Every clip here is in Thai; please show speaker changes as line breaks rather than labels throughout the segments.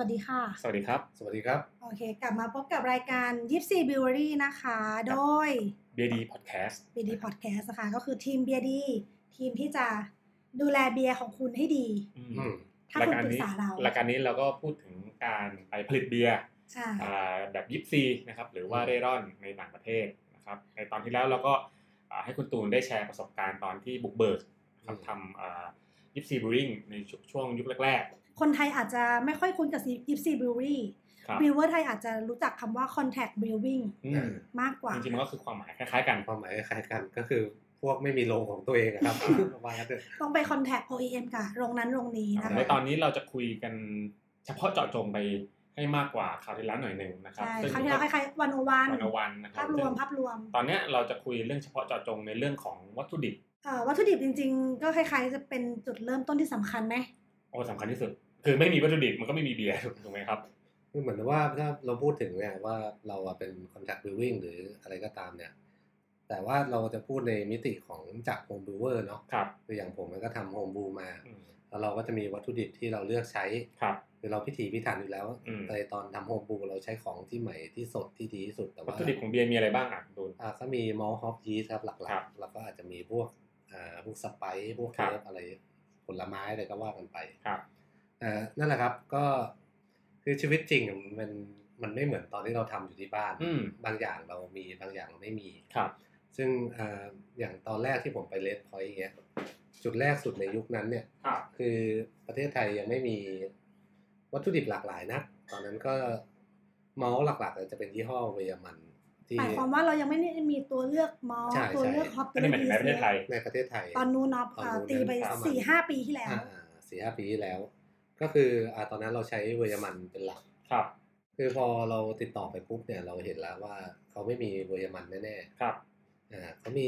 วัสดีค่ะ
สวัสดีครับ
สวัสดีครับ
โอเค กลับมาพบกับรายการยิปซีบิวรี่นะคะ โดย
b บียดีพอดแคสต์
บีดีพอดแคสต์นะคะก็คือทีมเบียดี ทีมที่จะดูแลเบียร์ของคุณให้ดี ถ้าคุณปรึกษาเรา
รายการนี้เราก็พูดถึงการไปผลิตเบียร์
ใช่
อ่าแบบยิปซีนะครับหรือว่าเร่ร่อนในต่างประเทศนะครับในตอนที่แล้วเราก็อ่าให้คุณตูนได้แชร์ประสบการณ์ตอนที่บุกเบิกนะครับ
อืม
ทำยิปซีบริงในช่วงยุคแรก
คนไทยอาจจะไม่ค่อยคุ้นกับยิปซีบิวรี่
ๆครับ
บิวเวอร์ไทยอาจจะรู้จักคำว่า Contact Brewing
อืม
มากกว่า
จริงๆมันก็คือความหมายคล้ายๆกัน
ความหมายคล้ายกันก็คือพวกไม่มีโรงของตัวเองอะครับ ประมาณนั้นเถอะ
ต้องไป Contact OEM กับโรงนั้นโรงนี้นะ
ครั
คะ
บ
ในตอนนี้เราจะคุยกันเฉพาะเจาะจงไปให้มากกว่าคราวที่แล้วหน่อยหนึ่งนะครับ
ใช่
ซึ่ง
คราวที่แล้วคล้ายๆวันโอวัน
วันโอวันนะครับ
ภาพรวม
ซึ่ง
ภาพรวม
ตอนเนี้ยเราจะคุยเรื่องเฉพาะเจาะจงในเรื่องของวัตถุดิบ
เอ่อวัตถุดิบจริงๆ ก็คล้ายๆ จะเป็นจุดเริ่มต้นที่สำคัญไหม
โอ้สำคัญที่สุด คือไม่มีวัตถุดิบมันก็ไม่มีเบียร์ถูกไหมครับ
คือเหมือนว่าถ้าเราพูดถึงเนี่ยว่าเราอะเป็น contact brewing หรืออะไรก็ตามเนี่ย แต่ว่าเราจะพูดในมิติของจาก home brewer เนาะ
ครับ
คืออย่างผมก็ทำ home brew มา
อืม
แล้วเราก็จะมีวัตถุดิบที่เราเลือกใช้
ครับ
คือเราพิถีพิถันอยู่แล้ว
อืม
แต่ตอนทำ home brew เราใช้ของที่ใหม่ที่สดที่ดีที่สุดแต่
วัต
ว่า
ถุดิบของเบียร์มีอะไรบ้างอ่ะดูน
อ่าก็มีมอลฮอปยีสครับหลั
ครั
ก
บ
ๆ แล้วก็อาจจะมีพวกอ่าพวกสไปซ์พวก
ครับ
เนื้อะไรผลไม้อะไรก็ว่ากันไป
ครับ
อ่านั่นแหละครับก็คือชีวิตจริงอะมันมันไม่เหมือนตอนที่เราทำอยู่ที่บ้าน
อืม
บางอย่างเรามีบางอย่างเราไม่มี
ครับ
ซึ่งอ่าอย่างตอนแรกที่ผมไปเลดพอยต์อย่างเงี้ยจุดแรกสุดในยุคนั้นเนี่ย
ครับ
คือประเทศไทยยังไม่มีวัตถุดิบหลากหลายนะตอนนั้นก็เมาส์หลักๆเลยจะเป็นยี่ห้อเวอร์มันที่
หมายความว่าเรายังไม่ได้มีตัวเลือกมอล
ใช่
ตัวเลือก
ใช่
ฮอป
อันนี้หมายถึงในประเทศไทย
ในประเทศไทย
ตอนนู้นเนาะ
ตอนนู้
เอ่อ
น
ตีไป
ประมาณ
สี่ห้าปีที่แล้ว
อ่าสี่ห้าปีที่แล้ว ก็คืออ่าตอนนั้นเราใช้เวอร์มันเป็นหลัก
ครับ
คือพอเราติดต่อไปปุ๊บเนี่ยเราเห็นแล้วว่าเขาไม่มีเวอร์มันแน่
ครับ
ๆอ่าเขามี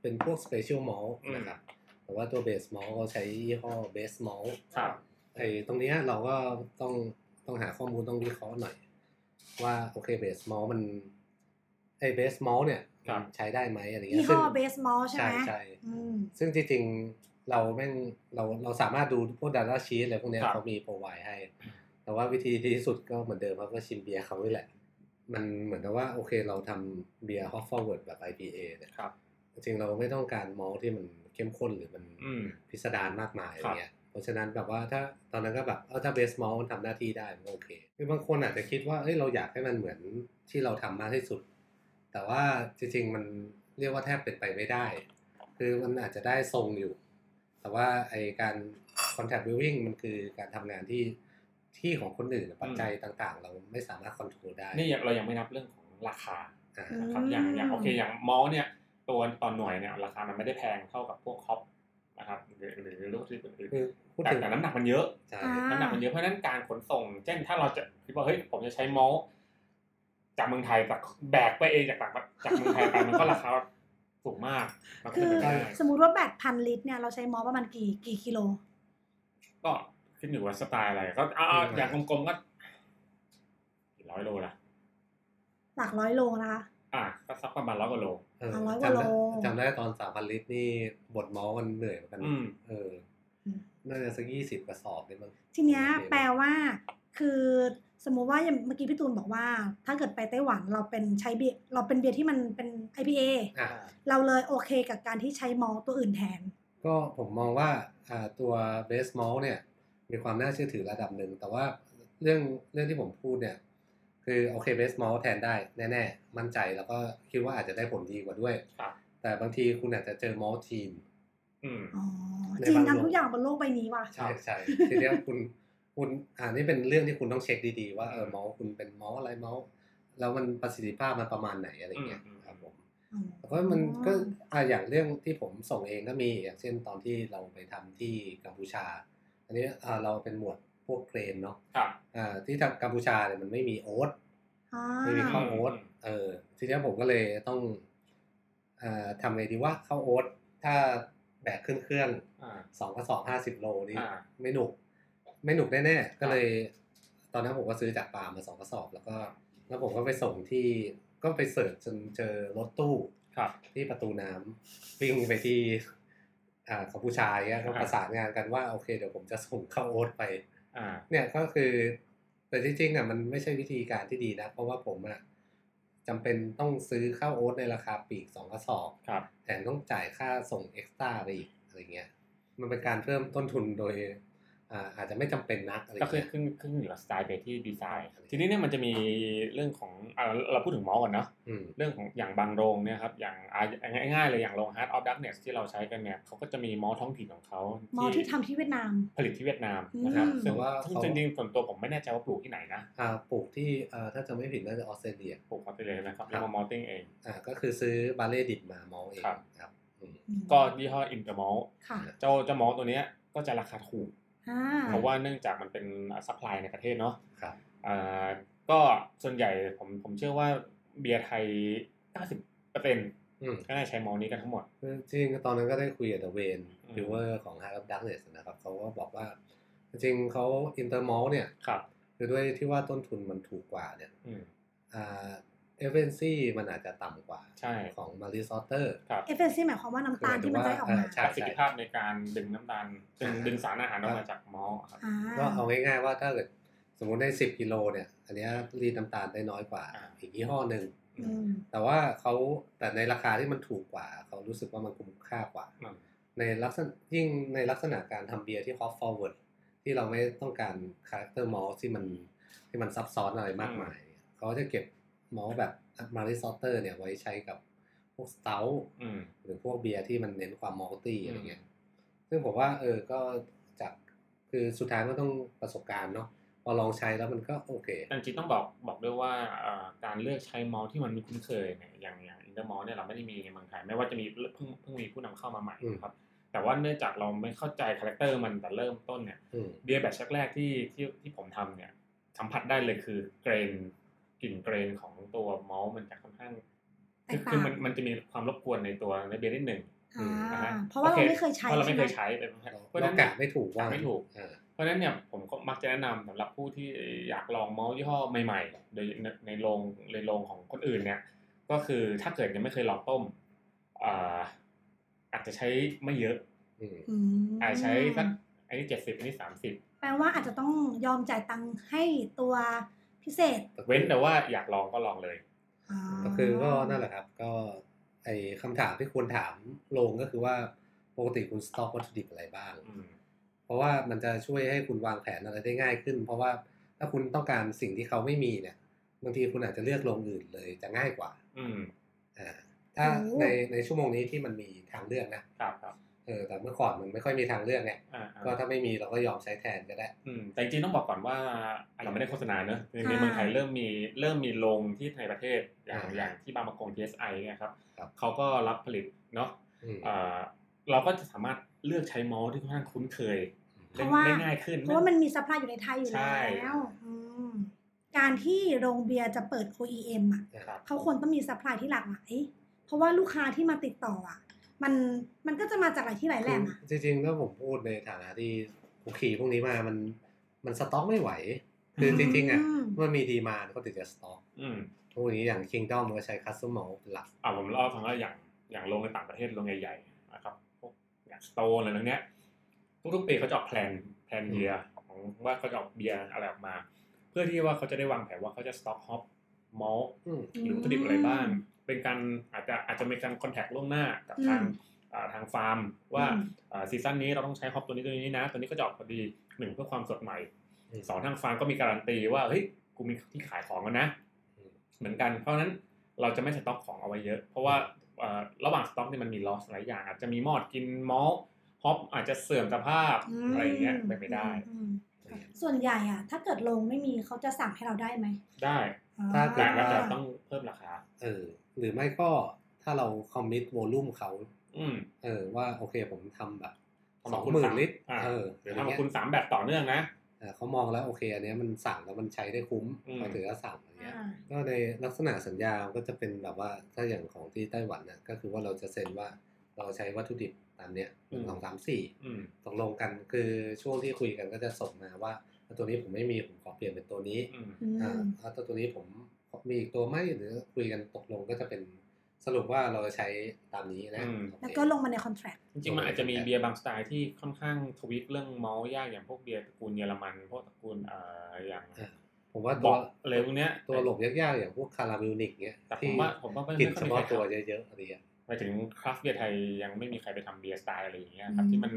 เป็นพวกสเปเชียลมอล
อืม
นะครับแต่ว่าตัวเบสมอลเขาใช้ยี่ห้อเบสมอล
ครับ
ไอ้ตรงเนี้ยเราก็ต้องต้องหาข้อมูลต้องวิเคราะห์หน่อย ว่าโอเคเบสมอลมันไอ้เบสมอลเนี่ย
ครับ
ใช้ได้ไหมอะไรเงี้ย
ยี่ห้อ
ซึ่ง
เบสมอลใช่
ใช่
ไหม
ใช่
อืม
ซึ่งจริงๆ เราแม่งเราเราสามารถดูพวกดาต้าชีตอะไรพวกเนี้ย
ครับ
เขามีโปรไวให้ แต่ว่าวิธีที่ดีที่สุดก็เหมือนเดิมครับก็ชิมเบียร์เขานี่แหละ มันเหมือนกับว่าโอเคเราทำเบียร์ฮอฟฟอร์เวิร์ดแบบ IPA เนี่ย
ครับ
จริงๆ เราไม่ต้องการมอลต์ที่มันเข้มข้นหรือมัน
อืม
พิสดารมากมายอะไรเงี้ยเพราะฉะนั้นแบบว่าถ้าตอนนั้นก็แบบเออถ้าเบสมอลมันทำหน้าที่ได้มันก็โอเคคือบางคนอาจจะคิดว่าเอ้ยเราอยากให้มันเหมือนที่เราทำมากที่สุด แต่ว่าจริงๆ มันเรียกว่าแทบเป็นไปไม่ได้ คือมันอาจจะได้ทรงอยู่ แต่ว่าไอการ contact viewing มันคือการทำงานที่ที่ของคนอื่นปัจจัยต่างๆ เราไม่สามารถควบคุมได้
นี่ยังเรายังไม่นับเรื่องของราคา
อ่า
อืม
นะครับ อย่างอย่างโอเค อย่างมอลเนี่ย ตัวต่อหน่วยเนี่ยราคามันไม่ได้แพงเท่ากับพวกฮอปนะครับ หรือหรือลูกที่อื่น
คือพู
ๆ
ด
แต่
ถึง
แต่น้ำหนักมันเยอะ
ใช่
อ่า
น้ำหนักมันเยอะเพราะฉะนั้นการขนส่ง เช่นถ้าเราจะคิดว่าเฮ้ยผมจะใช้มอลต์จากเมืองไทยจากแบกไปเองจากต่างประจากเมืองไทยไปมันก็ราคาสูงมากมันก็
คื
เป็
อน
ไปได้
สมมติว่าแปดพันลิตรเนี่ยเราใช้มอลประมาณกี่กี่กิโล
ก็ขึ้นอยู่ว่าสไตล์อะไรก็เอาเอาอย่างกลมๆก็กี่ร้อยโลนะ
หลักร้อยโลนะคะ
อ่ะก็สักประมาณร้อยกว่าโล
เออ
สามร้อยก
จำ
ว่าโล
ได้จำได้ตอนสามพันลิตรนี่บทมอมันเหนื่อยเหมือนกัน
อืม
เออน่าจะสักยี่สิบกระสอบได้มั้ง
ทีเนี้ย
โอเค
แปลว่าคือสมมุติว่าอย่างเมื่อกี้พี่ตูนบอกว่า ถ้าเกิดไปไต้หวันเราเป็นใช้เบียร์เราเป็นเบียร์ที่มันเป็น IPA
อ่ะ
เราเลยโอเคกับการที่ใช้มอลตัวอื่นแทน
ก็ผมมองว่าอ่าตัวเบสมอลเนี่ยมีความน่าเชื่อถือระดับหนึ่ง แต่ว่าเรื่องเรื่องที่ผมพูดเนี่ย คือโอเคเบสมอลแทนได้แน่ๆ มั่นใจแล้วก็คิดว่าอาจจะได้ผลดีกว่าด้วย
ครับ
แต่บางทีคุณอาจจะเจอมอลทีม
อืม
อ๋อ
ใน
จีน
บางโลก
ทำทุกอย่างบนโลกใบนี้ว่ะ
ใช่
ใช่ทีเนี้ยคุณคุณอ่านี่เป็นเรื่องที่คุณต้องเช็คดีๆ ว่าเออมอลคุณเป็นมอลอะไรมอลแล้วมันประสิทธิภาพมันประมาณไหนอะไรเงี้ย
อืม
ครับผม แต่ว่ามัน
อ๋อ
ก็อ่ะอย่างเรื่องที่ผมส่งเองก็มีอย่างเช่นตอนที่เราไปทำที่กัมพูชา อันนี้อ่าเราเป็นหมวดพวกเกรนเนาะ
ครับ
อ่าที่ทางกัมพูชาเนี่ยมันไม่มีโอ๊ต
อ่า
ไม่มีข้าว
อ่า
โอ๊ตเออทีเนี้ยผมก็เลยต้องเอ่อทำไงดีว่าข้าวโอ๊ตถ้าแบกขึ้นเครื่อง
อ่า
สองกระสอบห้าสิบโลนี่
อ่า
ไม่หนุก ไม่หนุกแน่ๆก็เลย ตอนนั้นผมก็ซื้อจากปาล์มมาสองกระสอบ แล้วก็ แล้วผมก็ไปส่งที่ก็ไปเสิร์ชจนเจอรถตู้
ครับ
ที่ประตูน้ำวิ่งไปที่อ่ากัมพูชาเนี่ยก็
อ่า
ประสานงานกันว่าโอเคเดี๋ยวผมจะส่งเข้าโอ๊ตไป
อ่า
เนี่ยก็คือ แต่ที่จริงอ่ะมันไม่ใช่วิธีการที่ดีนะ เพราะว่าผมอ่ะจำเป็นต้องซื้อข้าวโอ๊ตในราคาปลีกสองกระสอบ
ครับ
แถมต้องจ่ายค่าส่งเอ็กซ์ตร้าไปอีกอะไรเงี้ย มันเป็นการเพิ่มต้นทุนโดยอ่าอาจจะไม่จำเป็นนักอะไร
ก็คือ
เงี้ย
ขึ้นขึ้นอยู่กับสไตล์ไปที่ดีไซน์
ครับ
ทีนี้เนี่ยมันจะมีเรื่องของอ่ะเราพูดถึงมอก่อนเนาะ
อืม
เรื่องของอย่างบางโรงเนี่ยครับอย่างอ่ะง่ายๆเลยอย่างโรง Heart of Darkness ที่เราใช้กันเนี่ยเขาก็จะมีมอท้องถิ่นของเขา
มอที่ทำที่เวียดนาม
ผลิตที่เวียดนามนะครับ
อืม
ซึ่ง
ว่า
ซึ่ง
เขา
จริงๆส่วนตัวผมไม่แน่ใจว่าปลูกที่ไหนนะ
อ่าปลูกที่เอ่อถ้าจะไม่ผิดน่าจะออสเตรเลีย
ปลูกเขาไปเลยนะครับ
ครับ
แล้วมามอลติ้งเอง
อ่าก็คือซื้อบาเล่ดิบมามองเอง
ครับ
ครับอืม
อืม
ก็ยี่ห้ออินเตอร์มอล
ค่ะ
เจ้าเจ้ามอลตัวเนี้ยก็จะราคาถูก
อ่า
เพราะว่าเนื่องจากมันเป็นซัพพลายในประเทศเนาะ
ครับ
อ่าก็ส่วนใหญ่ผมผมเชื่อว่าเบียร์ไทย 90เปอร์เซ็นต์
อืม
ก็น่าใช้มอลนี้กันทั้งหมด
คือจริงๆตอนนั้นก็ได้คุยกับเวน
อืม
ฟิวเวอร์ของ Heart of Darkness นะครับเขาก็บอกว่า จริงๆเขาอินเตอร์มอลเนี่ย
ครับ
คือด้วยที่ว่าต้นทุนมันถูกกว่าเนี่ย
อืม
อ่าเอเฟนซี่มันอาจจะต่ำกว่า
ใช่
ของมาริซอเตอร์
ครับ
เอฟเฟนซี่หมายความว่าน้ำตาลที่มันได้ออกมา
ใช่
ประสิท
ใช่
ธิภาพในการดึงน้ำตาลดึง
อ่า
ดึงสารอาหารออกมาจากมอลครับ
อ่า
ก็เอาง่ายๆว่าถ้าเกิดสมมุติได้ 10กิโลเนี่ย อันเนี้ยรีดน้ำตาลได้น้อยกว่า
อ่า
อีกยี่ห้อหนึ่ง
อืม
แต่ว่าเขาแต่ในราคาที่มันถูกกว่า เขารู้สึกว่ามันคุ้มค่ากว่า
อืม
ในลักษณะยิ่งในลักษณะการทำเบียร์ที่ hop forward ที่เราไม่ต้องการคาแรคเตอร์มอลที่มันที่มันซับซ้อนอะไรมากมายเนี่ยเขาจะเก็บมอลแบบมาริซอเตอร์เนี่ยไว้ใช้กับพวกสเตล
อืม
หรือพวกเบียร์ที่มันเน้นความมอลตี้อะไรเงี้ย
อื
ซึ่งผมว่าเออก็จากคือสุดท้ายก็ต้องประสบการณ์เนาะพอลองใช้แล้วมันก็โอเค
แต่จริงๆต้องบอกบอกด้วยว่าเอ่อการเลือกใช้มอลที่มันมีคุ้นเคยเนี่ยอย่างอย่างอินเตอร์มอลเนี่ยเราไม่ได้มีในเมืองไทยไม่ว่าจะมีเพิ่งเพิ่งมีผู้นำเข้ามาใหม่
อืม
นะครับ แต่ว่าเนื่องจากเราไม่เข้าใจคาแรคเตอร์มันแต่เริ่มต้นเนี่ย
อืม
เบียร์แบบแรกๆที่ที่ที่ผมทำเนี่ยสัมผัสได้เลยคือเกรนกลิ่นเกรนของตัวมอลมันจะค่อนข้างคือคือมันมันจะมีความรบกวนในตัวในเบียร์นิดหนึ่ง
อ่า
อ่าฮะ
เพราะว่า
โอ
เรา
ค
ไม่เคยใช้
เพราะเราไม่เคย
ใช่ห
ใช้เป็น
เรา
เพราะฉะ
เรา
นั้น
กะไม่ถูกว่า
ะไม่ถูก
อ่า
เพราะฉะนั้นเนี่ยผมก็มักจะแนะนำสำหรับผู้ที่อยากลองเมาส์ยี่ห้อใหม่ๆ โดยในในโรงในโรงของคนอื่นเนี่ย ก็คือถ้าเกิดยังไม่เคยลองต้มอ่าอาจจะใช้ไม่เยอะ
อืม
อืม
อาจจะใช้สักอันนี้เจ็ดสิบอันนี้สามสิบ
แปลว่าอาจจะต้องยอมจ่ายตังค์ให้ตัวพิเศษ
เว้นแต่ว่าอยากลองก็ลองเลย
อ๋อ
ก็คือก็นั่นแหละครับก็ไอคำถามที่ควรถามลงก็คือว่าปกติคุณสต็อกวัตถุดิบอะไรบ้าง
อืม
เพราะว่ามันจะช่วยให้คุณวางแผนอะไรได้ง่ายขึ้น เพราะว่าถ้าคุณต้องการสิ่งที่เขาไม่มีเนี่ยบางทีคุณอาจจะเลือกลงอื่นเลยจะง่ายกว่า
อืม
อ่าถ้าในในชั่วโมงนี้ที่มันมีทางเลือกนะครับ
ครับ
เออแต่เมื่อก่อนมันไม่ค่อยมีทางเลือกไง
อ่าๆ
ก็ถ้าไม่มีเราก็ยอมใช้แทนก็ได้
อืมแต่จริงๆต้องบอกก่อนว่าอ่ะเราไม่ได้โฆษณาเนอะในในเมืองไทยเริ่มมีเริ่มมีโรงที่ในประเทศอย่าง
อ่า
อย่างที่บางประกง TSI เนี่ยครับ
ครับ
เขาก็รับผลิตเนาะ
อืม
เอ่อเราก็จะสามารถเลือกใช้มอลที่ค่อนข้างคุ้นเคย
เพ
ได้
ราะว่า
ได้ง่ายขึ้น
เพราะว่ามันมีซัพพลายอยู่ในไทยอยู่
ใช่
แล้วอืมการที่โรงเบียร์จะเปิด OEM อ่ะ
ครับ
เขาควรต้องมีซัพพลายที่หลากหลาย เพราะว่าลูกค้าที่มาติดต่ออ่ะ มันมันก็จะมาจากหลายที่หลายแหล่งอ่ะ
จริงๆถ้าผมพูดในฐานะที่ผูขี่พวกนี้มา มันมันสต็อกไม่ไหว คือจริงๆอ่ะ
อืม
มันมีดีมานก็ติดจะสต็อก
อืม
พวกนี้อย่าง Kingdom ก็ใช้คัสตอมเมเป็นหลัก
อ่าผมเล่าให้ฟังว่าอย่างอย่างโรงในต่างประเทศโรงใหญ่ๆนะครับพวกอย่างสโตนอะไรทั้งเนี้ย ทุกๆปีเขาจะออกแพลนแพลน
อืม
เบียร์ของว่าเขาจะออกเบียร์อะไรออกมา เพื่อที่ว่าเขาจะได้วางแผนว่าเขาจะสต็อกฮอปมอล
อืม
หรือวัตถุดิบอะไรบ้าง เป็นการอาจจะอาจจะมีการคอนแทคล่วงหน้ากับทาง
อืม
อ่าทางฟาร์มว่า
อืม
อ่าซีซั่นนี้เราต้องใช้ฮอปตัวนี้ตัวนี้นะ ตัวนี้ก็จะออกพอดีหนึ่งเพื่อความสดใหม่
อืม
สองทางฟาร์มก็มีการันตีว่าเฮ้ยกูมีที่ขายของแล้วนะ
อืม
เหมือนกันเพราะฉะนั้นเราจะไม่สต็อกของเอาไว้เยอะ เพราะว่าเอ่อระหว่างสต็อกเนี่ยมันมีลอสหลายอย่างอาจจะมีมอดกินมอลฮอปอาจจะเสื่อมสภาพ
อืม
อะไรอย่างเงี้ยไปนไม่ได้
อืมอืมส่วนใหญ่อ่ะ ถ้าเกิดโรงไม่มีเขาจะสั่งให้เราได้ไหม
ได้
ถ้าเกิ
แต่
ด
ก็
ว่า
จะต้องเพิ่มราคา
เออหรือไม่ก็ถ้าเราคอมมิตโวลูมเขา
อืม
เออว่าโอเคผมทำแบบ
ทำข
สอ
อง งคุณ
หมื่
สาน ม
ลิตร
อ่า
เออ
เดี๋ยว
ย่าง
ทำกับ
เงี้ย
คุณสามแบบต่อเนื่องนะ
เออเขามองแล้วโอเค อันเนี้ยมันสั่งแล้วมันใช้ได้คุ้ม
อืม
เขาถือว่าสั่งอะไรเงี้ย
อ่า
ก็ในลักษณะสัญญาก็จะเป็นแบบว่าถ้าอย่างของที่ไต้หวันนะก็คือว่าเราจะเซ็นว่าเราใช้วัตถุดิบตามเนี้ยหนึ่งสองสามสี่
อืม
ตกลงกันคือช่วงที่คุยกันก็จะส่งมาว่าเอาตัวนี้ผมไม่มีผมขอเปลี่ยนเป็นตัวนี้
อืม
อื
อ่าม เอาตัวนี้ผมมีอีกตัวไหมหรือคุยกันตกลงก็จะเป็นสรุปว่าเราจะใช้ตามนี้นะโอเค
แล้วก็ลงมาในคอนแทรค
จริงๆมันอาจจะมีเบียร์บางสไตล์ที่ค่อนข้างทวิตเรื่องมอลยากอย่างพวกเบียร์ตระกูลเยอรมันพวกตระกูลเอ่ออย่าง
อ่า ผมว่า
บ
ตัว
อกอะไรพวกเนี้ย
ตัวหลบยากๆอย่างพวกคารามิวนิกเนี้ย
แต่ผ
ที่
มว่าผมว่าไม่
กลิ่น
ไม่ค่
เฉ
อยมี
พาะ
ใคร
ตัว
ทำ
เยอะๆอะไรเงี้ย
หมายถึงคราฟต์เบียร์ไทยยังไม่มีใครไปทำเบียร์สไตล์อะไรอย่างเงี้ยครับที่มัน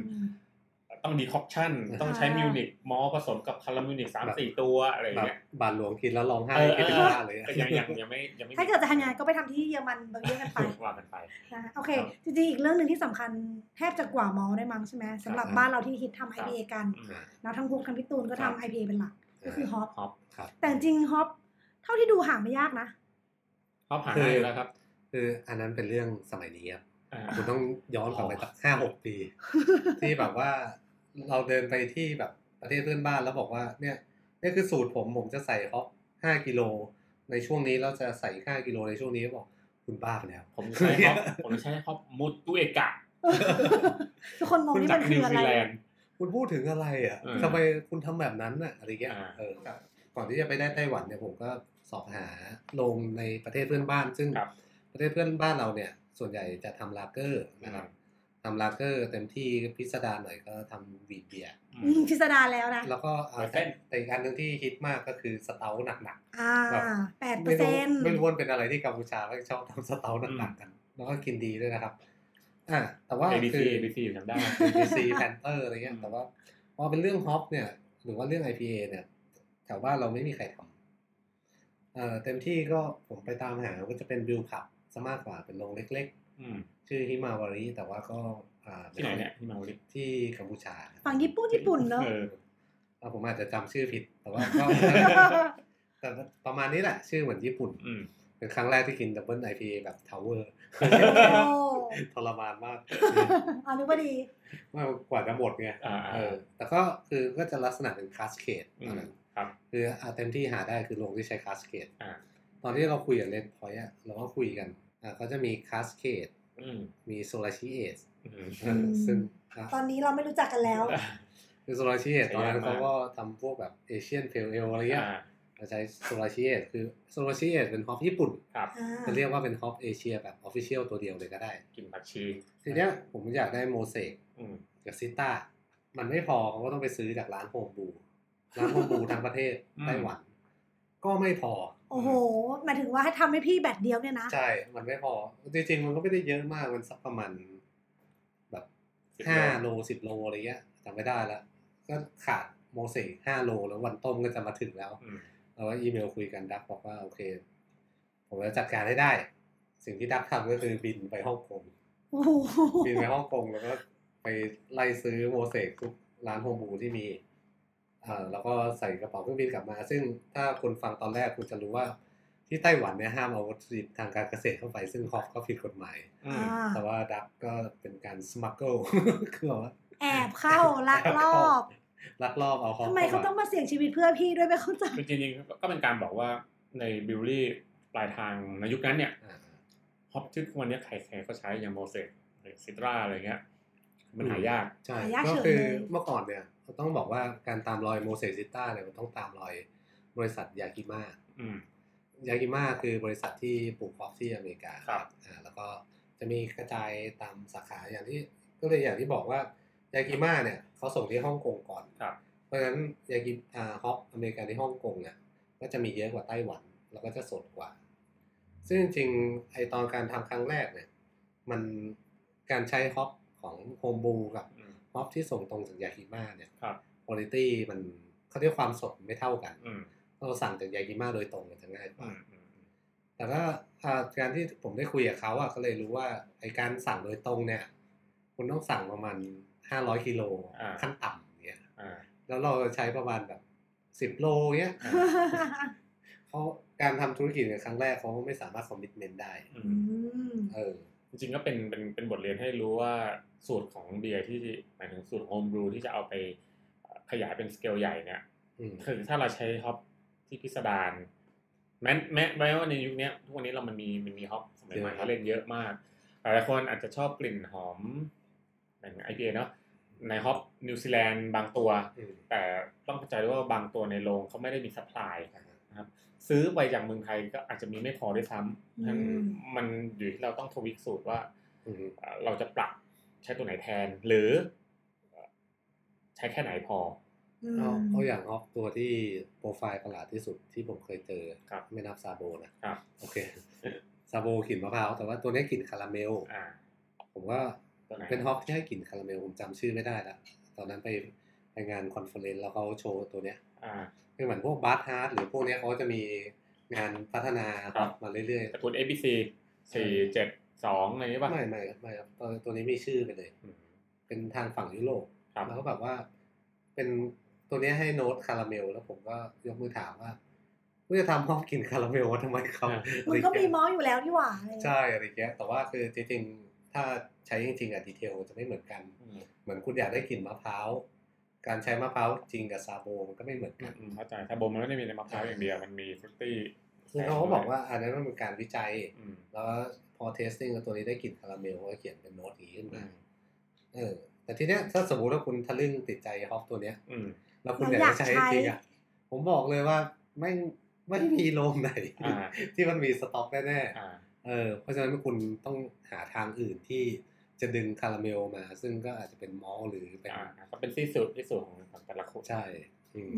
ต้องดีคอกชั่น ต้องใช้มิวนิกมอลผสมกับคารามิวนิกสามสี่ตัวอะไรอย่าง
แบบ
เงี้ย
บานหลวงกินแล้วร้องไห้
เออเออ
กินเป็นบ้าเลยอะ
แต่ยังยังยังไม่ยังไม่มี
ถ้าเกิดจะทำงานก็ไปทำที่เยอรมันเบลเยียมกัน ไป
ว่ากันไป
นะโอเค
ครับ
จริงๆ อีกเรื่องหนึ่งที่สำคัญแทบจะกว่าเมอได้มั้งใช่ไหมสำหรับ
ครับ
บ้านเราที่ฮิตทำ IPA กัน
อืม
นะทั้งพวกทั้งพี่ตูนก็
ครั
ทำ
บ
IPA เป็นหลัก ก็คือฮอป
ฮอป
ครับ
แต่จริงๆฮอปเท่าที่ดูหาไม่ยากนะ
ฮอปหา
คือ
ได้อยู่แล้วครับ
คืออันนั้นเป็นเรื่องสมัยนี้ครับ
อ่า
คุณต้องย้อนกลับไป
อ๋อ
สักห้าหก ปี ที่แบบว่าเราเดินไปที่แบบประเทศเพื่อนบ้านแล้วบอกว่าเนี่ยนี่คือสูตรผมผมจะใส่ฮอปห้ากิโล ในช่วงนี้เราจะใส่ห้ากิโลในช่วงนี้บอกคุณบ้าไปแล้ว
ผมใช้ฮอปผมใช้ฮอปมุตุเอกะ
ทุกคนมอง
คุณ
นี่
จา
มั
ก
น
นิ
คือ
ว
อะ
ซี
ไร
แลนด์
คุณพูดถึงอะไรอ่ะ
เออ
ทำไมคุณทำแบบนั้นน่ะอะไรเงี้ย
อ่า
เออก่อนที่จะไปได้ไต้หวันเนี่ยผมก็สอบหาลงในประเทศเพื่อนบ้าน ซึ่ง
ครับ
ประเทศเพื่อนบ้านเราเนี่ย ส่วนใหญ่จะทำลาเกอร์นะครับ
อืม
ทำลาเกอร์เต็มที่พิสดารหน่อยก็ทำวีทเบียร์
อืมพิสดารแล้วนะ
แล้วก็อ่า
เปอร์เซ็นต์
แต่อีกอันหนึ่งที่ฮิตมากก็คือสเตาท์หนัก
อ่า
แบบ
แปด
ๆ
เปอร์เซ็นต์
ไม่รู้ว่าเป็นอะไรที่กัมพูชาไม่ชอบทำสเตาท์หนักๆกัน แล้วก็กินดีด้วยนะครับอ่าแต่ว่า
ABC
คือ
ABC จำได้
BBC Panther อะไรเงี้ย
อืม
แต่ว่าพอเป็นเรื่องฮอปเนี่ย หรือว่าเรื่อง IPA เนี่ยแถวบ้านเราไม่มีใครทำเอ่อเต็มที่ก็ผมไปตามหาก็จะเป็นบิวผับซะมากกว่าเป็นโรงเล็ก
อืม
ๆ ชื่อฮิมาวารีแต่ว่าก็อ่า
ที่ไหนเนี่ยที่มาวันนี้
ที่กัมพูชา
ฝั่งญี่ปุ่นญี่ปุ่นเนอะ
ออ
อ่าผมอาจจะจำชื่อผิดแต่ว่า ก็ แต่ประมาณนี้แหละ ชื่อเหมือนญี่ปุ่น
อืม
เป็นครั้งแรกที่กินดับเบิลไอพีแบบทาวเวอร์
โอ้
ทรมานมาก
อานุบดี
มากกว่าจะหมดไง
อ่า
เออแต่ก็คือก็จะลักษณะเป็นคาสเคด
อืมครับ
คืออาเต็มที่หาได้คือโรงที่ใช้คาสเคด
อ่า
ตอนที่เราคุยกับเลนพอยอะเราก็คุยกันอ่าเขาจะมีคาสเคด
อืม
มีโซลาชีเอส
อืม
ซึ่งอ่ะ
ตอนนี้เราไม่รู้จักกันแล้ว
คือโซลาชีเอสตอนนั้นเขาก็ทำพวกแบบเอเชียนเพลเอลอะไรเงี้ย
อ่า
เราใช้โซลาชีเอสคือโซลาชีเอสเป็นฮอปญี่ปุ่น
อ่า
จะเรียกว่าเป็นฮอปเอเชียแบบออฟฟิเชียลตัวเดียวเลยก็ได้
กินผักชี
ทีเนี้ยผมอยากได้โมเสก
อืม
กับซิต้า มันไม่พอเขาก็ต้องไปซื้อจากร้านโฮมบู ร้านโฮมบูทั้งประเทศ
อืม
ไต้หวัน ก็ไม่พอ
โอ้โหหมายถึงว่าให้ทำให้พี่แบตเดียวเนี่ยนะ
ใช่ มันไม่พอ จริงๆ มันก็ไม่ได้เยอะมาก มันสักประมาณแบบ
สิบโล
ห้าโลสิบโลอะไรเงี้ยจำไม่ได้ละ ก็ขาดโมเสกห้าโลแล้ววันต้มก็จะมาถึงแล้ว
อืม
เราก็อีเมลคุยกันดักบอกว่าโอเค ผมจะจัดการให้ได้ สิ่งที่ดักทำก็คือบินไปฮ่องกง
โอ้โห
บินไปฮ่องกงแล้วก็ไปไล่ซื้อโมเสกทุกร้านโฮมบูที่มีเอ่อแล้วก็ใส่กระเป๋าเครื่องบินกลับมา ซึ่งถ้าคนฟังตอนแรกคุณจะรู้ว่าที่ไต้หวันเนี่ยห้ามเอาวัตถุดิบทางการเกษตรเข้าไป ซึ่งฮอกก็ผิดกฎหมาย
อืม
อ่า
แต่ว่าดักก็เป็นการสมัคเกิล คือแบบว่า
แอบเข้าลักลอบ
ลักลอบเอาฮอก
ทำไมเขา
เข้า
ต้องมาเสี่ยงชีวิตเพื่อพี่ด้วยไม่เข้าใจ
คือจริงๆก็เป็นการบอกว่าในบิวรี่ปลายทางในยุคนั้นเนี่ย
อ่า
ฮอปที่ทุกวันนี้ใครๆก็ใช้อย่างโมเสสหรือซิตราอะไรเงี้ย มันหายาก
ใช่
หายาก
ก็
เฉย
คือ
เลย
เมื่อก่อนเนี่ยต้องบอกว่าการตามรอยโมเสสซิต้าเนี่ยมันต้องตามรอยบริษัทยากิมา
อืม
ยากิมาคือบริษัทที่ปลูกคอฟที่อเมริกา
ครับ
อ่าแล้วก็จะมีกระจายตามสาขาอย่างที่ก็เลยอย่างที่บอกว่ายากิมาเนี่ยเขาส่งที่ฮ่องกงก่อน
ครับ
เพราะฉะนั้นยากิอ่าฮอปอเมริกันที่ฮ่องกงเนี่ยก็จะมีเยอะกว่าไต้หวัน แล้วก็จะสดกว่า ซึ่งจริงๆไอตอนการทำครั้งแรกเนี่ยมันการใช้ฮอปของโฮมบูกับ
อืม
ฮอปที่ส่งตรงจากยากิมาเนี่ย
ครับ
คุณภาพมันเขาเรียกความสดไม่เท่ากัน
อืม
เราสั่งจากยากิมาโดยตรงมันจะง่ายก
อื
ว่า
มอืม
แต่ว่าอ่าการที่ผมได้คุยกับเขาอ่ะก็เลยรู้ว่าไอการสั่งโดยตรงเนี่ย คุณต้องสั่งประมาณห้าร้อยกิโล
า
ขั้นต่ำเนี่ย
อ่า
แล้วเราใช้ประมาณแบบสิบโลเนี้ย
อ่า
เขาการทำธุรกิจในครั้งแรกเขาไม่สามารถคอมมิชเมนต์ได้
อื
อื
ม
ม
เออ
จริงๆก็เป็นเป็นเป็นบทเรียนให้รู้ว่าสูตรของเบียร์ที่หมายถึงสูตรโฮมบรูที่จะเอาไปขยายเป็นสเกลใหญ่เนี่ย
อืม
คือถ้าเราใช้ฮอปที่พิสดารแม้แม้แม้ว่าในยุคเนี้ยทุกวันนี้เรามันมีมันมีฮอปสมัยใหม่
เยอะ
เขาเล่นเยอะมากหลายๆคนอาจจะชอบกลิ่นหอมอย่างไอเดียเนาะในฮอปนิวซีแลนด์บางตัว
อืม
แต่ต้องเข้าใจด้วยว่าบางตัวในโรงเขาไม่ได้มีซัพพลาย
อ่า
ซื้อไปจากเมืองไทยก็อาจจะมีไม่พอด้วยซ้ำเพราะฉะนั้น
อืม
มันอยู่ที่เราต้องทวิกสูตรว่า
อืม
เอ่อเราจะปรับใช้ตัวไหนแทน หรือ ใช้แค่ไหนพอ
ม
เอาเอาอย่างออกตัวที่โปรไฟล์ประหลาดที่สุดที่ผมเคยเจอ
ครับ
ไม่นับซาโบนะครับ โอเคซาโบกลิ่นมะพร้าวแต่ว่าตัวนี้กลิ่นคาราเมล
อ่า
ผมก็
ตัวไหน
เป็นฮอกที่ให้กลิ่นคาราเมลผมจำชื่อไม่ได้ละตอนนั้นไปไปงานคอนเฟอเรนซ์แล้วเขาโชว์ตัวเนี้ย
อ่า
คือเหมือนพวกบาร์ฮาร์ดหรือพวกเนี้ยเขาจะมีงานพัฒนา
ครับ
มาเรื่อย
ตระกูล ABC สี่เจ็ดสองอะไรนี้
ๆ
ป่ะ
ไม่ไม่ไม่ครับตัวตัวนี้มีชื่อไปเลย
อืม
เป็นทางฝั่งยุโรป
ครับ
แล้วก็แบบว่าเป็นตัวเนี้ยให้โน้ตคาราเมล แล้วผมก็ยกมือถามว่าเพื่อทำห้องกินคาราเมลวะทำไมเขา
มันก็มีมอสอยู่แล้วนี่หว่าอะไร
ใช่อะไรเงี้ยแต่ว่าคือจริงๆถ้าใช้จริงๆอะดีเทลจะไม่เหมือนกัน
อืม
เหมือนคุณอยากได้กลิ่นมะพร้าว การใช้มะพร้าวจริงกับซาโบมันก็ไม่เหมือน
อื
กั
ม
น
อืมเข้าใจถ้าบมมันไม่ได้มีในมะพร้าวอย่างเดียวมันมีฟรุตตี้
คือเขาก็บอกว่าอันนั้นมันเป็นการวิจัย
อืม
แล้วพอเทสติ้งตัวนี้ได้กลิ่นคาราเมลเขาก็เขียนเป็นโน้ตอย่างนี้ขึ้น
อื
มาม เออแต่ทีเนี้ยถ้าสมมติว่าคุณทะลึ่งติดใจฮอปตัวเนี้ย
อืม
แล้วคุณอยากจะใช้จริงๆอ่ะ ผมบอกเลยว่าไม่ไม่มีโรงไหน
อ่า
ที่มันมีสต็อกแน่
อ่า
ๆ เออ เพราะฉะนั้นคุณต้องหาทางอื่นที่จะดึงคาราเมลมา ซึ่งก็อาจจะเป็นมอลหรือเป็น
อ่าก็เป็นที่สุดที่สุดของของแต่ละคน
ใช่อืม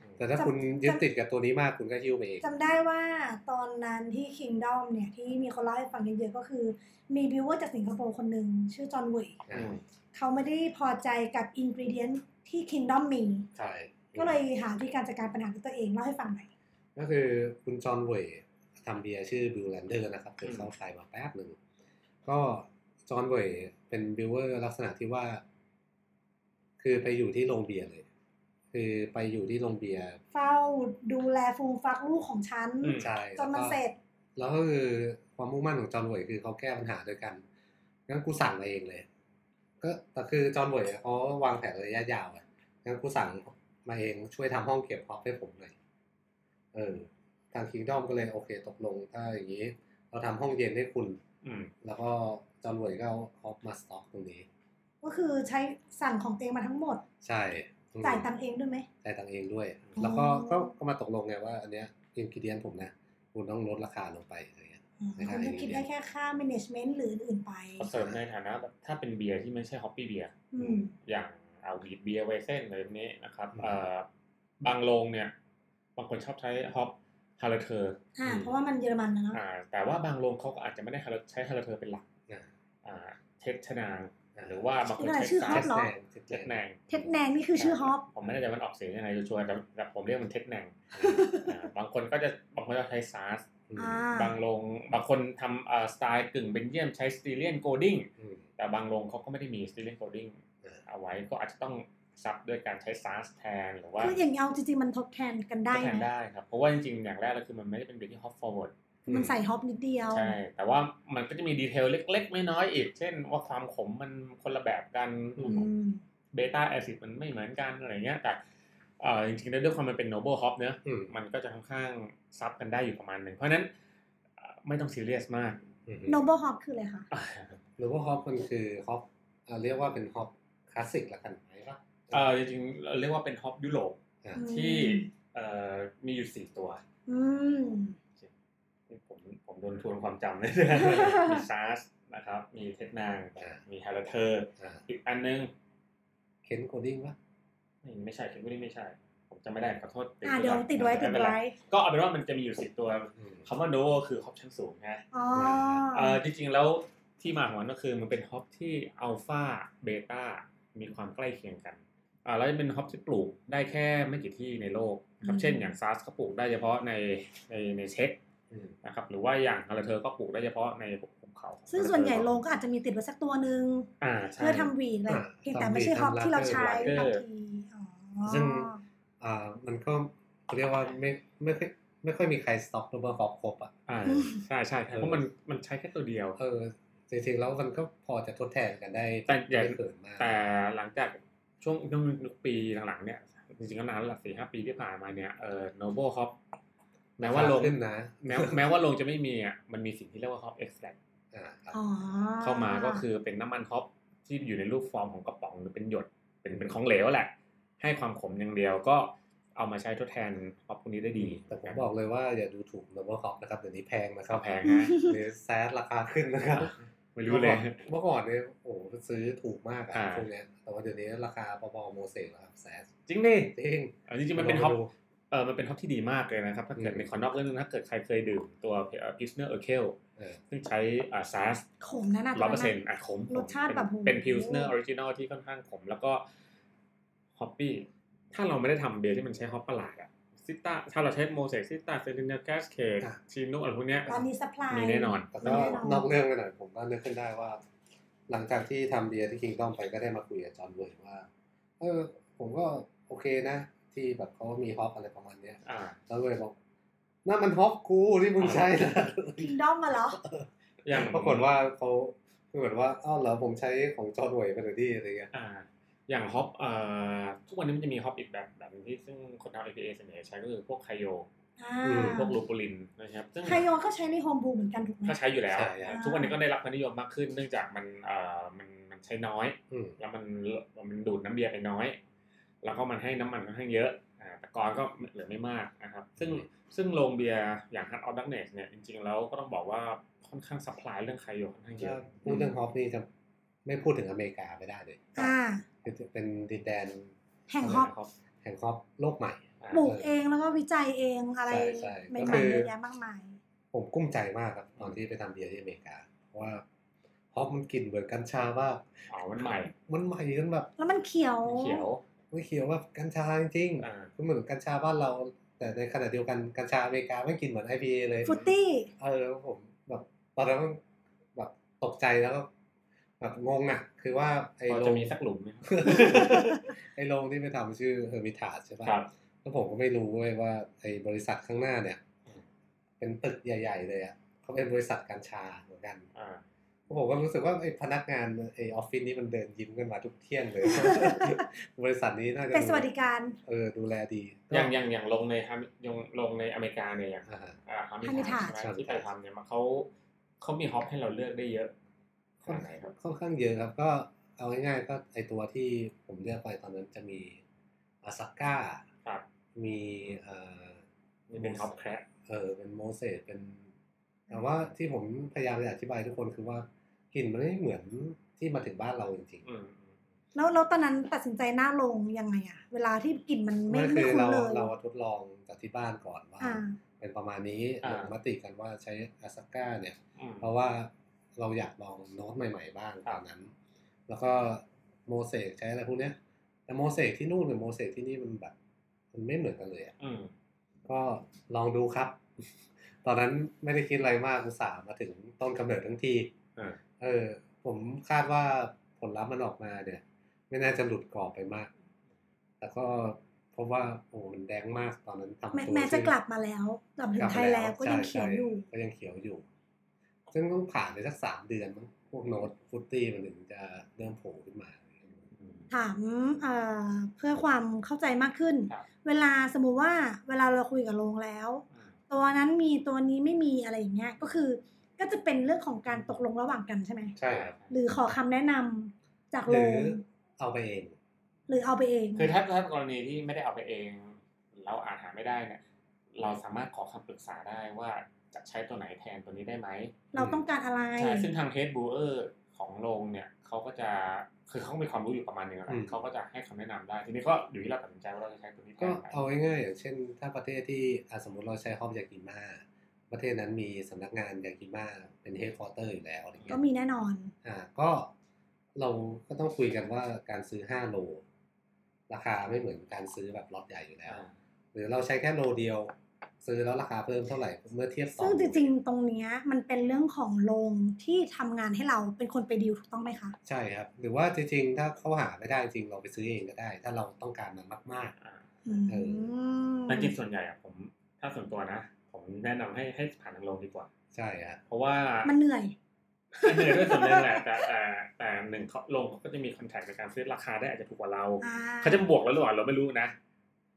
อืม
แต่ถ้าคุณยึดติดกับตัวนี้มากคุณก็ยิ้วไปเอง
จำได้ว่าตอนนั้นที่ Kingdom เนี่ยที่มีคนเล่าให้ฟังเยอะๆก็คือ มีบิวเวอร์จากสิงคโปร์คนหนึ่งชื่อจอห์นเวย
อืม
เขาไม่ได้พอใจกับอินกริเดียนที่ Kingdom มี
ใช่
ก็เลยหาวิธีการจัดการปัญหาด้วยตัวเองเล่าให้ฟังหน่อย
ก็คือคุณจอห์นเวยทำเบียร์ชื่อบิลแลนเดอร์นะครับเคยเข้าไทยมาแป๊บหนึ่ง ก็จอห์นเวยเป็นบิลเวอร์ลักษณะที่ว่า คือไปอยู่ที่โรงเบียร์เลย คือไปอยู่ที่โรงเบียร์
เฝ้าดูแลฟูมฟักลูกของฉัน
อืม
ใช่
จนมันเสร็จ
แล้วก็คือความมุ่งมั่นของจอห์นเวยคือเขาแก้ปัญหาโดยกันงั้นกูสั่งมาเองเลย ก็แต่คือจอห์นเวยเขาวางแผนระยะยาวอะงั้นกูสั่งมาเองช่วยทำห้องเก็บฮอปให้ผมหน่อยเออ ทางคิงดอมก็เลยโอเคตกลงถ้าอย่างนี้ เราทำห้องเย็นให้คุณ
อืม
แล้วก็จอห์นเวยก็เอาฮอปมาสต็อกตรงนี้
ก็คือใช้สั่งของตัวเองมาทั้งหมด
ใช่อืม
จ่ายตังค์เองด้วยไหม
จ่ายตังค์เองด้วย
อ๋อ
แล้วก็ก็ก็มาตกลงไงว่า อันเนี้ยอินกิเดียนผมนะ คุณต้องลดราคาลงไปอะไรเงี้ย
อืม
ไม่ได้
คุณจะคิดได้แค่ค่า management หรืออื่นๆไป
เขาเสริมในฐานะแบบถ้าเป็นเบียร์ที่ไม่ใช่ฮอปปี้เบียร์
อืม
อย่างเอาวีดเบียร์ไวเส้นเลยนี้นะครับ
อืม
เอ่อบางโรงเนี่ย บางคนชอบใช้ฮอปฮาร์เทอร์
อ่า เพราะว่ามันเยอรมันนะเนาะ
อ่า แต่ว่าบางโรงเขาก็อาจจะไม่ได้ Hal- ใช้ฮาร์เทอร์เป็นหลัก
นะ
อ่าเท็ดชนางหรือว่าบางคน
ะไร
ใช้
ชื่อ
ซา
ฮอป
ส
เหรอ
แนง
เท็ดแนง
เท็ดแนงนี่คือชื่อฮอป
ผมไม่แน่ใจมันออกเสียงยังไงชัวร์ๆแต่แต่ผมเรียกมันเท็ดแนง อ่าบางคนก็จะบางคนก็ใช้ซาส
อืม
อ่า
บางโรงบางคนทำเอ่อสไตล์กึ่งเบนเยียมใช้สตีเลียนโกดิ้ง
อืม
แต่บางโรงเขาก็ไม่ได้มีสตีเลนโคดิ้ง
เออ
เอาไว้ก็อาจจะต้องซับด้วยการใช้ซาร์สแทนหรือว่า
คืออย่างเอาจริงๆมันทดแทนกันได้
ทดแทน
นะ
ได้ครับ เพราะว่าจริงๆ อย่างแรกเลยคือมันไม่ได้เป็นเบียร์ที่ฮอปฟอร์เวิร์ด
มันใส่ฮอปนิดเดียว
ใช่ แต่ว่ามันก็จะมีดีเทลเล็กๆ น้อยๆอีก เช่นว่าความขมมันคนละแบบกัน
อืม
เบต้าแอซิดมันไม่เหมือนกันอะไรเงี้ยแต่เอ่อจริงๆแล้วด้วยความมันเป็นโนเบิลฮอปเนอะ
อืม
มันก็จะค่อนข้างซับกันได้อยู่ประมาณหนึ่งเพราะฉะนั้นเอ่อไม่ต้องซีเรียสมาก
อืม
noble hop คืออะไรคะ
หรือว่าฮอปมันคือฮอปอ่าเรียกว่าเป็นฮอปคลาสสิกละกันไหมปะ
เอ่อจริงๆเราเรียกว่าเป็นฮอปยุโรป
อ่า
อืม
ที่เอ่อมีอยู่สี่ตัว
อืม
นี่ผมผมโดนทวนความจำเลยนะ มีซาร์สนะครับ มีเทสนาง มีฮาร์เทอร์
อ่า
อีกอันนึง
เคนโคดิ้งปะ
ไม่ไม่ใช่คิดว่านี่ไม่ใช่ ผมจำไม่ได้ขอโทษ
อ่าเดี๋ยวติดไว้ติด
ม่เป็นร
ไว้
ก็เอาเป็นว่ามันจะมีอยู่สิบตัว
อืม
คำว่าโนคือฮอปชั้นสูงนะ
อ๋อ
เอ่อจริงๆแล้วที่มาของมันก็คือมันเป็นฮอปที่อัลฟาเบต้ามีความใกล้เคียงกันอ่าแล้วเป็นฮอปที่ปลูกได้แค่ไม่กี่ที่ในโลกครับเช่นอย่างซาร์สก็ปลูกได้เฉพาะในในในเช็ก นะครับหรือว่าอย่างอะไรเธอก็ปลูกได้เฉพาะในภูเขา
ซึ่งส่วนใหญ่โรงก็อาจจะมีติดไว้สักตัวหนึ่ง
อ่าใช่
เพื่อทำหวีดอะไร
อ่า
เพียงแต่
ทำหวีด
ไม่ใช่ฮอปที่เราใช้
ทำลั
บาง
กเกอร์
ทีอ๋อ
ซึ่ง อ่ามันก็เรียกว่าไม่ไม่ค่อยไม่ค่อยมีใครสต็อกโนเบอร์ฮอปครบอ่ะ
อ่าใช่ใช่ใช่เพราะมันมันใช้แค่ตัวเดียว
เออจริงๆแล้วมันก็พอจะทดแทนกันได้
แต่อย่า
ไม่เกินมาก
แต่หลังจากช่วงช่วงปีหลังๆเนี่ยจริงๆก็นานแล้วสี่ห้าปีที่ผ่านมาเนี่ยเออโนเบิลฮอปแม้ว่าโรง
ขึ้นนะ
แม้ แม้ว่าโรงจะไม่มีอ่ะมันมีสิ่งที่เรียกว่าฮอปเอ็กซ์แ
อ่าครับ
อ๋อ
เข้ามาก็คือเป็นน้ำมันฮอปที่อยู่ในรูปฟอร์มของกระป๋องหรือเป็นหยดเป็นเป็นของเหลวแหละ ให้ความขมอย่างเดียวก็เอามาใช้ทดแทนฮอปพวกนี้ได้ดี
แต่ผมบอกเลยว่าอย่าดูถูก n o b l e Hop นะครับเดี๋ยวนี้แพงนะครับ
แพงนะ
หรือแซดราคาขึ้นนะครับ
ไม่รู้เลย
เมื่อก่อนเนี่ยโอ้โหซื้อถูกมากอะ
อ่า
พวกเนี้ยแต่ว่า เดี๋ยวนี้ราคาพอๆโมเสกแล้วครับแซส
จริงดิ
จริง
เออจริงๆมันเป็น
ลอ
ฮ
ง
อป
ดู
เออมันเป็นฮอปที่ดีมากเลยนะครับ ถ้าเกิด
อืม
ในคอนดอกเรื่องนึงถ้าเกิดใครเคยดื่มตัวพิสเนอร์เออร์เคล
เออ
ซึ่งใช้อ่าซาส
ขมนะน่าจะ
ร้อยเปอร์เซ็นต์
ะ
อ่ะขม
รสชาติแบบ
เป็น
โอ้
พิล
โห
สเนอร์ออริจินอลที่ค่อนข้างขม แล้วก็ฮอปปี้ถ้าเราไม่ได้ทำเบียร์ที่มันใช้ฮอปประหลาดอะซิต้าถ้าเราใช้โมเสกซิต้าเซนติเนลแกสเคด
อ่ะ
ชีโนอะไรพวกเนี้ย
ร้านนี้สป라이
มีแน่นอน
แต่ก็
แน่นอน
นอกเรื่องไปหน่อยผมก็นึกขึ้นได้ว่า หลังจากที่ทำเบียร์ที่คิงดอมไปก็ได้มาคุยกับจอห์นเวิร์ดว่า เออ ผมก็โอเคนะ ที่แบบเขามีฮอปอะไรประมาณเนี้ย
อ่า
จอห์นเวิร์ดบอกนั่นมันฮอปกูที่มึงใช้นะ
คิงดอมมาเหรอ
อย่าง
ปรากฏว่าเขาปรากฏว่าอ้าวเหรอผมใช้ของจอห์นเวิร์ดเป็นที่อะไรเงี้ย
อ่า อย่างฮอปเอ่อทุกวันนี้มันจะมีฮอปอีกแบบแบบหนึงที่ซึ่งคนทำ IPA ส่วนใหญ่ใช้ก็คือพวกไคโย
อ่า
พวกลูปูลินนะครับ ซึ่ง
ไคโยก็ใช้ในโฮมบูเหมือนกันถูกไหม
ก็ใช้อยู่แล้ว
ใช่
อ่า
ฮะ
ทุกวันนี้ก็ได้รับความนิยมมากขึ้น เนื่องจากมันเอ่อมันมันใช้น้อย
อืม
แล้วมันมันดูดน้ำเบียร์ไปน้อย แล้วก็มันให้น้ำมันค่อนข้างเยอะอ่าแต่กอนก็เหลือไม่มากนะครับ ซึ่ง
อืม
ซึ่งโรงเบียร์อย่างฮัตออฟดักเนสเนี่ยจริงๆแล้วก็ต้องบอกว่าค่อนข้างสัพพลายเรื่องไคโยค่อนข้างเย
ถ้า
อะ
พูดเรื่องฮอปนี่จะไม่พูดถึงอเมริกาไม่ได้เลย
อ่า
คือเป็นดินแดน
แห่งฮอป
ครับ
แห่งฮอปโลกใหม่
อ่า
ปลูกเองแล้วก็วิจัยเองอะไร
ใช่ใช่
ให
ก็
ม่
คื
ๆ
อ
เยอะแยะมากมาย
ผมกุ้มใจมากครับตอนที่ไปทำเบียร์ที่อเมริกาเพราะว่าฮอปมันกลิ่นเหมือนกัญชามาก
อ๋อมันใหม่
มันใหม่จนแบบ
แล้วมันเขียว
เขียว
ไม่เขียวแบบกัญชาจริง
อ่า
ๆมันเหมือนกัญชาบ้านเรา แต่ในขณะเดียวกันกัญชาอเมริกาไม่กลินเหมือน IPA เลย
ฟุตตี้
เออผมแบบตอนนั้นแบบตกใจแล้วก็แบบงงอ่ะ คือว่าไอ้
พอ
โร
จะ
ง
มีสักหลุมไหมครับ
ไอ้โรงที่ไปทำชื่อเฮอร์มิทาใช่
ค รั
ป่ะ
บ
แล้วผมก็ไม่รู้เว้ยว่าไอ้บริษัทข้างหน้าเนี่ย
อืม
เป็นตึกใหญ่ ๆ เลยอ่ะเขาเป็นบริษัทกัญชาเหมือนกัน
อ่า
ผมก็รู้สึกว่าไอ้พนักงานไอ้ออฟฟิศนี้มันเดินยิ้มกันมาทุกเที่ยงเลย บริษัทนี้น่าจะ
เป็นสวัสดิการ
เออดูแลดี
อย่างอย่างอย่างลงในฮามยงลงในอเมริกาเนี่ยอย่าง
อ่าฮะ
อ่าฮามิ
Hermitage
ทาใช่ไหมที่ไปทำเนี่ยมันเขาเขามีฮอปให้เราเลือกได้เยอะขนาดไหนครับ
ค่อนข้างเยอะครับก็เอาง่ายๆก็ไอตัวที่ผมเลือกไปตอนนั้นจะมีอาซาก้า
ครับ
มีเอ่อ
นี่เป็นฮอปแคร์
เออเป็นโมเสสเป็นแต่ว่าที่ผมพยายามจะอธิบายทุกคนคือว่ากลิ่นมันไม่เหมือนที่มาถึงบ้านเราจริง
แล้วแล้วตอนนั้นตัดสินใจหน้าลงยังไงอะเวลาที่กลิ่นมัน
ๆ
ไม่
น
ไม่
คือ
คุ้น
เรา
เลย
เราทดลองจากที่บ้านก่อนว่า
อ่า
เป็นประมาณนี้
อ่า
ลงมติกันว่าใช้อาซาก้าเนี่ย เพราะว่าเราอยากลองโน้ตใหม่ ๆ บ้าง
ค
ต
รับ
อนนั้น แล้วก็โมเสกใช้อะไรพวกเนี้ย แต่โมเสกที่นู่นกับโมเสกที่นี่มันแบบ มันไม่เหมือนกันเลยอะ
อืม
ก็ลองดูครับ ตอนนั้นไม่ได้คิดอะไรมากอุตส่าห์มาถึงต้นกำเนิดทั้งที
อ่า
เออ ผมคาดว่าผลลัพธ์มันออกมาเนี่ย ไม่น่าจะหลุดกรอบไปมาก แต่ก็เพราะว่าโอ้มันแดงมากตอนนั้นทำตัว
แม้แม้จะ
ที่
กลับมาแล้วกลับถึงไทยแล้วก็ยังเขียวอยู่
ใช่ใช่ก็ยังเขียวอยู่ ซึ่งต้องผ่านไปสักสามเดือนมั้งพวกโน้ตฟุตตี้มันถึงจะเริ่มโผล่ขึ้นมา
ถามเอ่อเพื่อความเข้าใจมากขึ้น
ครับ
เวลาสมมุติว่าเวลาเราคุยกับโรงแล้ว ตัวนั้นมีตัวนี้ไม่มีอะไรอย่างเงี้ยก็คือ ก็จะเป็นเรื่องของการตกลงระหว่างกันใช่ไหม
ใช่
หรือขอคำแนะนำจาก
ห
โร
รื
ง
อเอาไปเอง
หรือเอาไปเอง
คือถ้าถ้ากรณีที่ไม่ได้เอาไปเองเราอาจหาไม่ได้เนี่ยเราสามารถขอคำปรึกษาได้ว่าจะใช้ตัวไหนแทนตัวนี้ได้ไหม
เราต้องการอะไร
ใช่ซึ่งทางเฮดบูเออร์ของโรงเนี่ยเขาก็จะคือเขาก็มีความรู้อยู่ประมาณหนึงแล้วเขาก็จะให้คำแนะนำได้ ทีนี้ก็อยู่ที่เราตัดสินใจว่าเราจะใช้ตัวนี้แท
ก็
นไหม
เอาง่ายๆอย่างเช่น ถ้าประเทศที่อ่ะสมมติเราใช้ฮอปยากิมาประเทศนั้นมีสำนักงานยากิมาเป็นเฮดคอร์เตอร์อยู่แล้วอะไรเงี้
ก็
ย
มีแน่นอน
อ่าก็เราก็ต้องคุยกันว่าการซื้อห้าโล ราคาไม่เหมือนการซื้อแบบล็อตใหญ่อยู่แล้ว
อ่า
หรือเราใช้แค่โลเดียว ซื้อแล้วราคาเพิ่มเท่าไหร่เมื่อเทียบต่อ
ซึ่งจริงๆ ตรงเนี้ยมันเป็นเรื่องของโรงที่ทำงานให้เราเป็นคนไปดีลถูกต้องไหมคะ
ใช่ครับ หรือว่าจริงๆ ถ้าเขาหาไม่ได้จริงเราไปซื้อเองก็ได้ ถ้าเราต้องการมันมาก
อ่า
อื
เอ
ม
นักกินส่วนใหญ่อะผมถ้าส่วนตัวนะ ผมแนะนำให้ให้ผ่านทางลงดีกว่า
ๆ ใช่ครับ
เพราะว่า
มันเหนื่อย
เหนื่อยด้วยส่วนหนึ่งแหละแต่แต่แต่หนึ่งเขาลงเขาก็จะมีคอนแทคในการซื้อราคาได้อาจจะถูกกว่าเรา
อ่า
เขาจะบวกแล้วหรือเปล่าเราไม่รู้นะ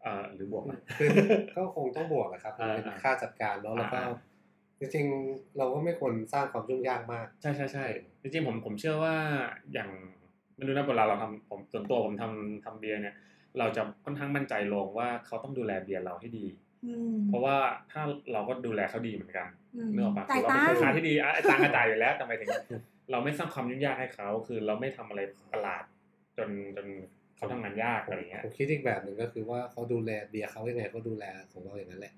เออหรือบวกไหม
คือ ก็คงต้องบวกนะครับ
อ่า
เป็นค่าจัดการแล้วแล้วก็
อ่า
จริงๆ เราก็ไม่ควรสร้างความยุ่งยากมาก
ใช่ใช่ใช่จริงๆผมผมเชื่อว่าอย่างไม่รู้นะเวลาเราทำผมส่วนตัวผมทำทำเบียร์เนี่ย เราจะค่อนข้างมั่นใจลงว่าเขาต้องดูแลเบียร์เราให้ดี
อืม
เพราะว่าถ้าเราก็ดูแลเขาดีเหมือนกัน
อืม
เนื้ออกปะ
จ่ายตัง
คือ
ค์
เรเป็นคนค้าที่ดีอ่ะไอ้ตังค์ก็จ่ายอยู่แล้วแต่หมายถึง เราไม่สร้างความยุ่งยากให้เขาคือเราไม่ทำอะไรประหลาด จ นจนเขาทำงานยากอะไรอย่างเงี้ย
ผมคิดอีกแบบหนึ่งก็คือว่าเขาดูแลเบียร์เขายังไงเขาดูแลของเราอย่างนั้นแหละ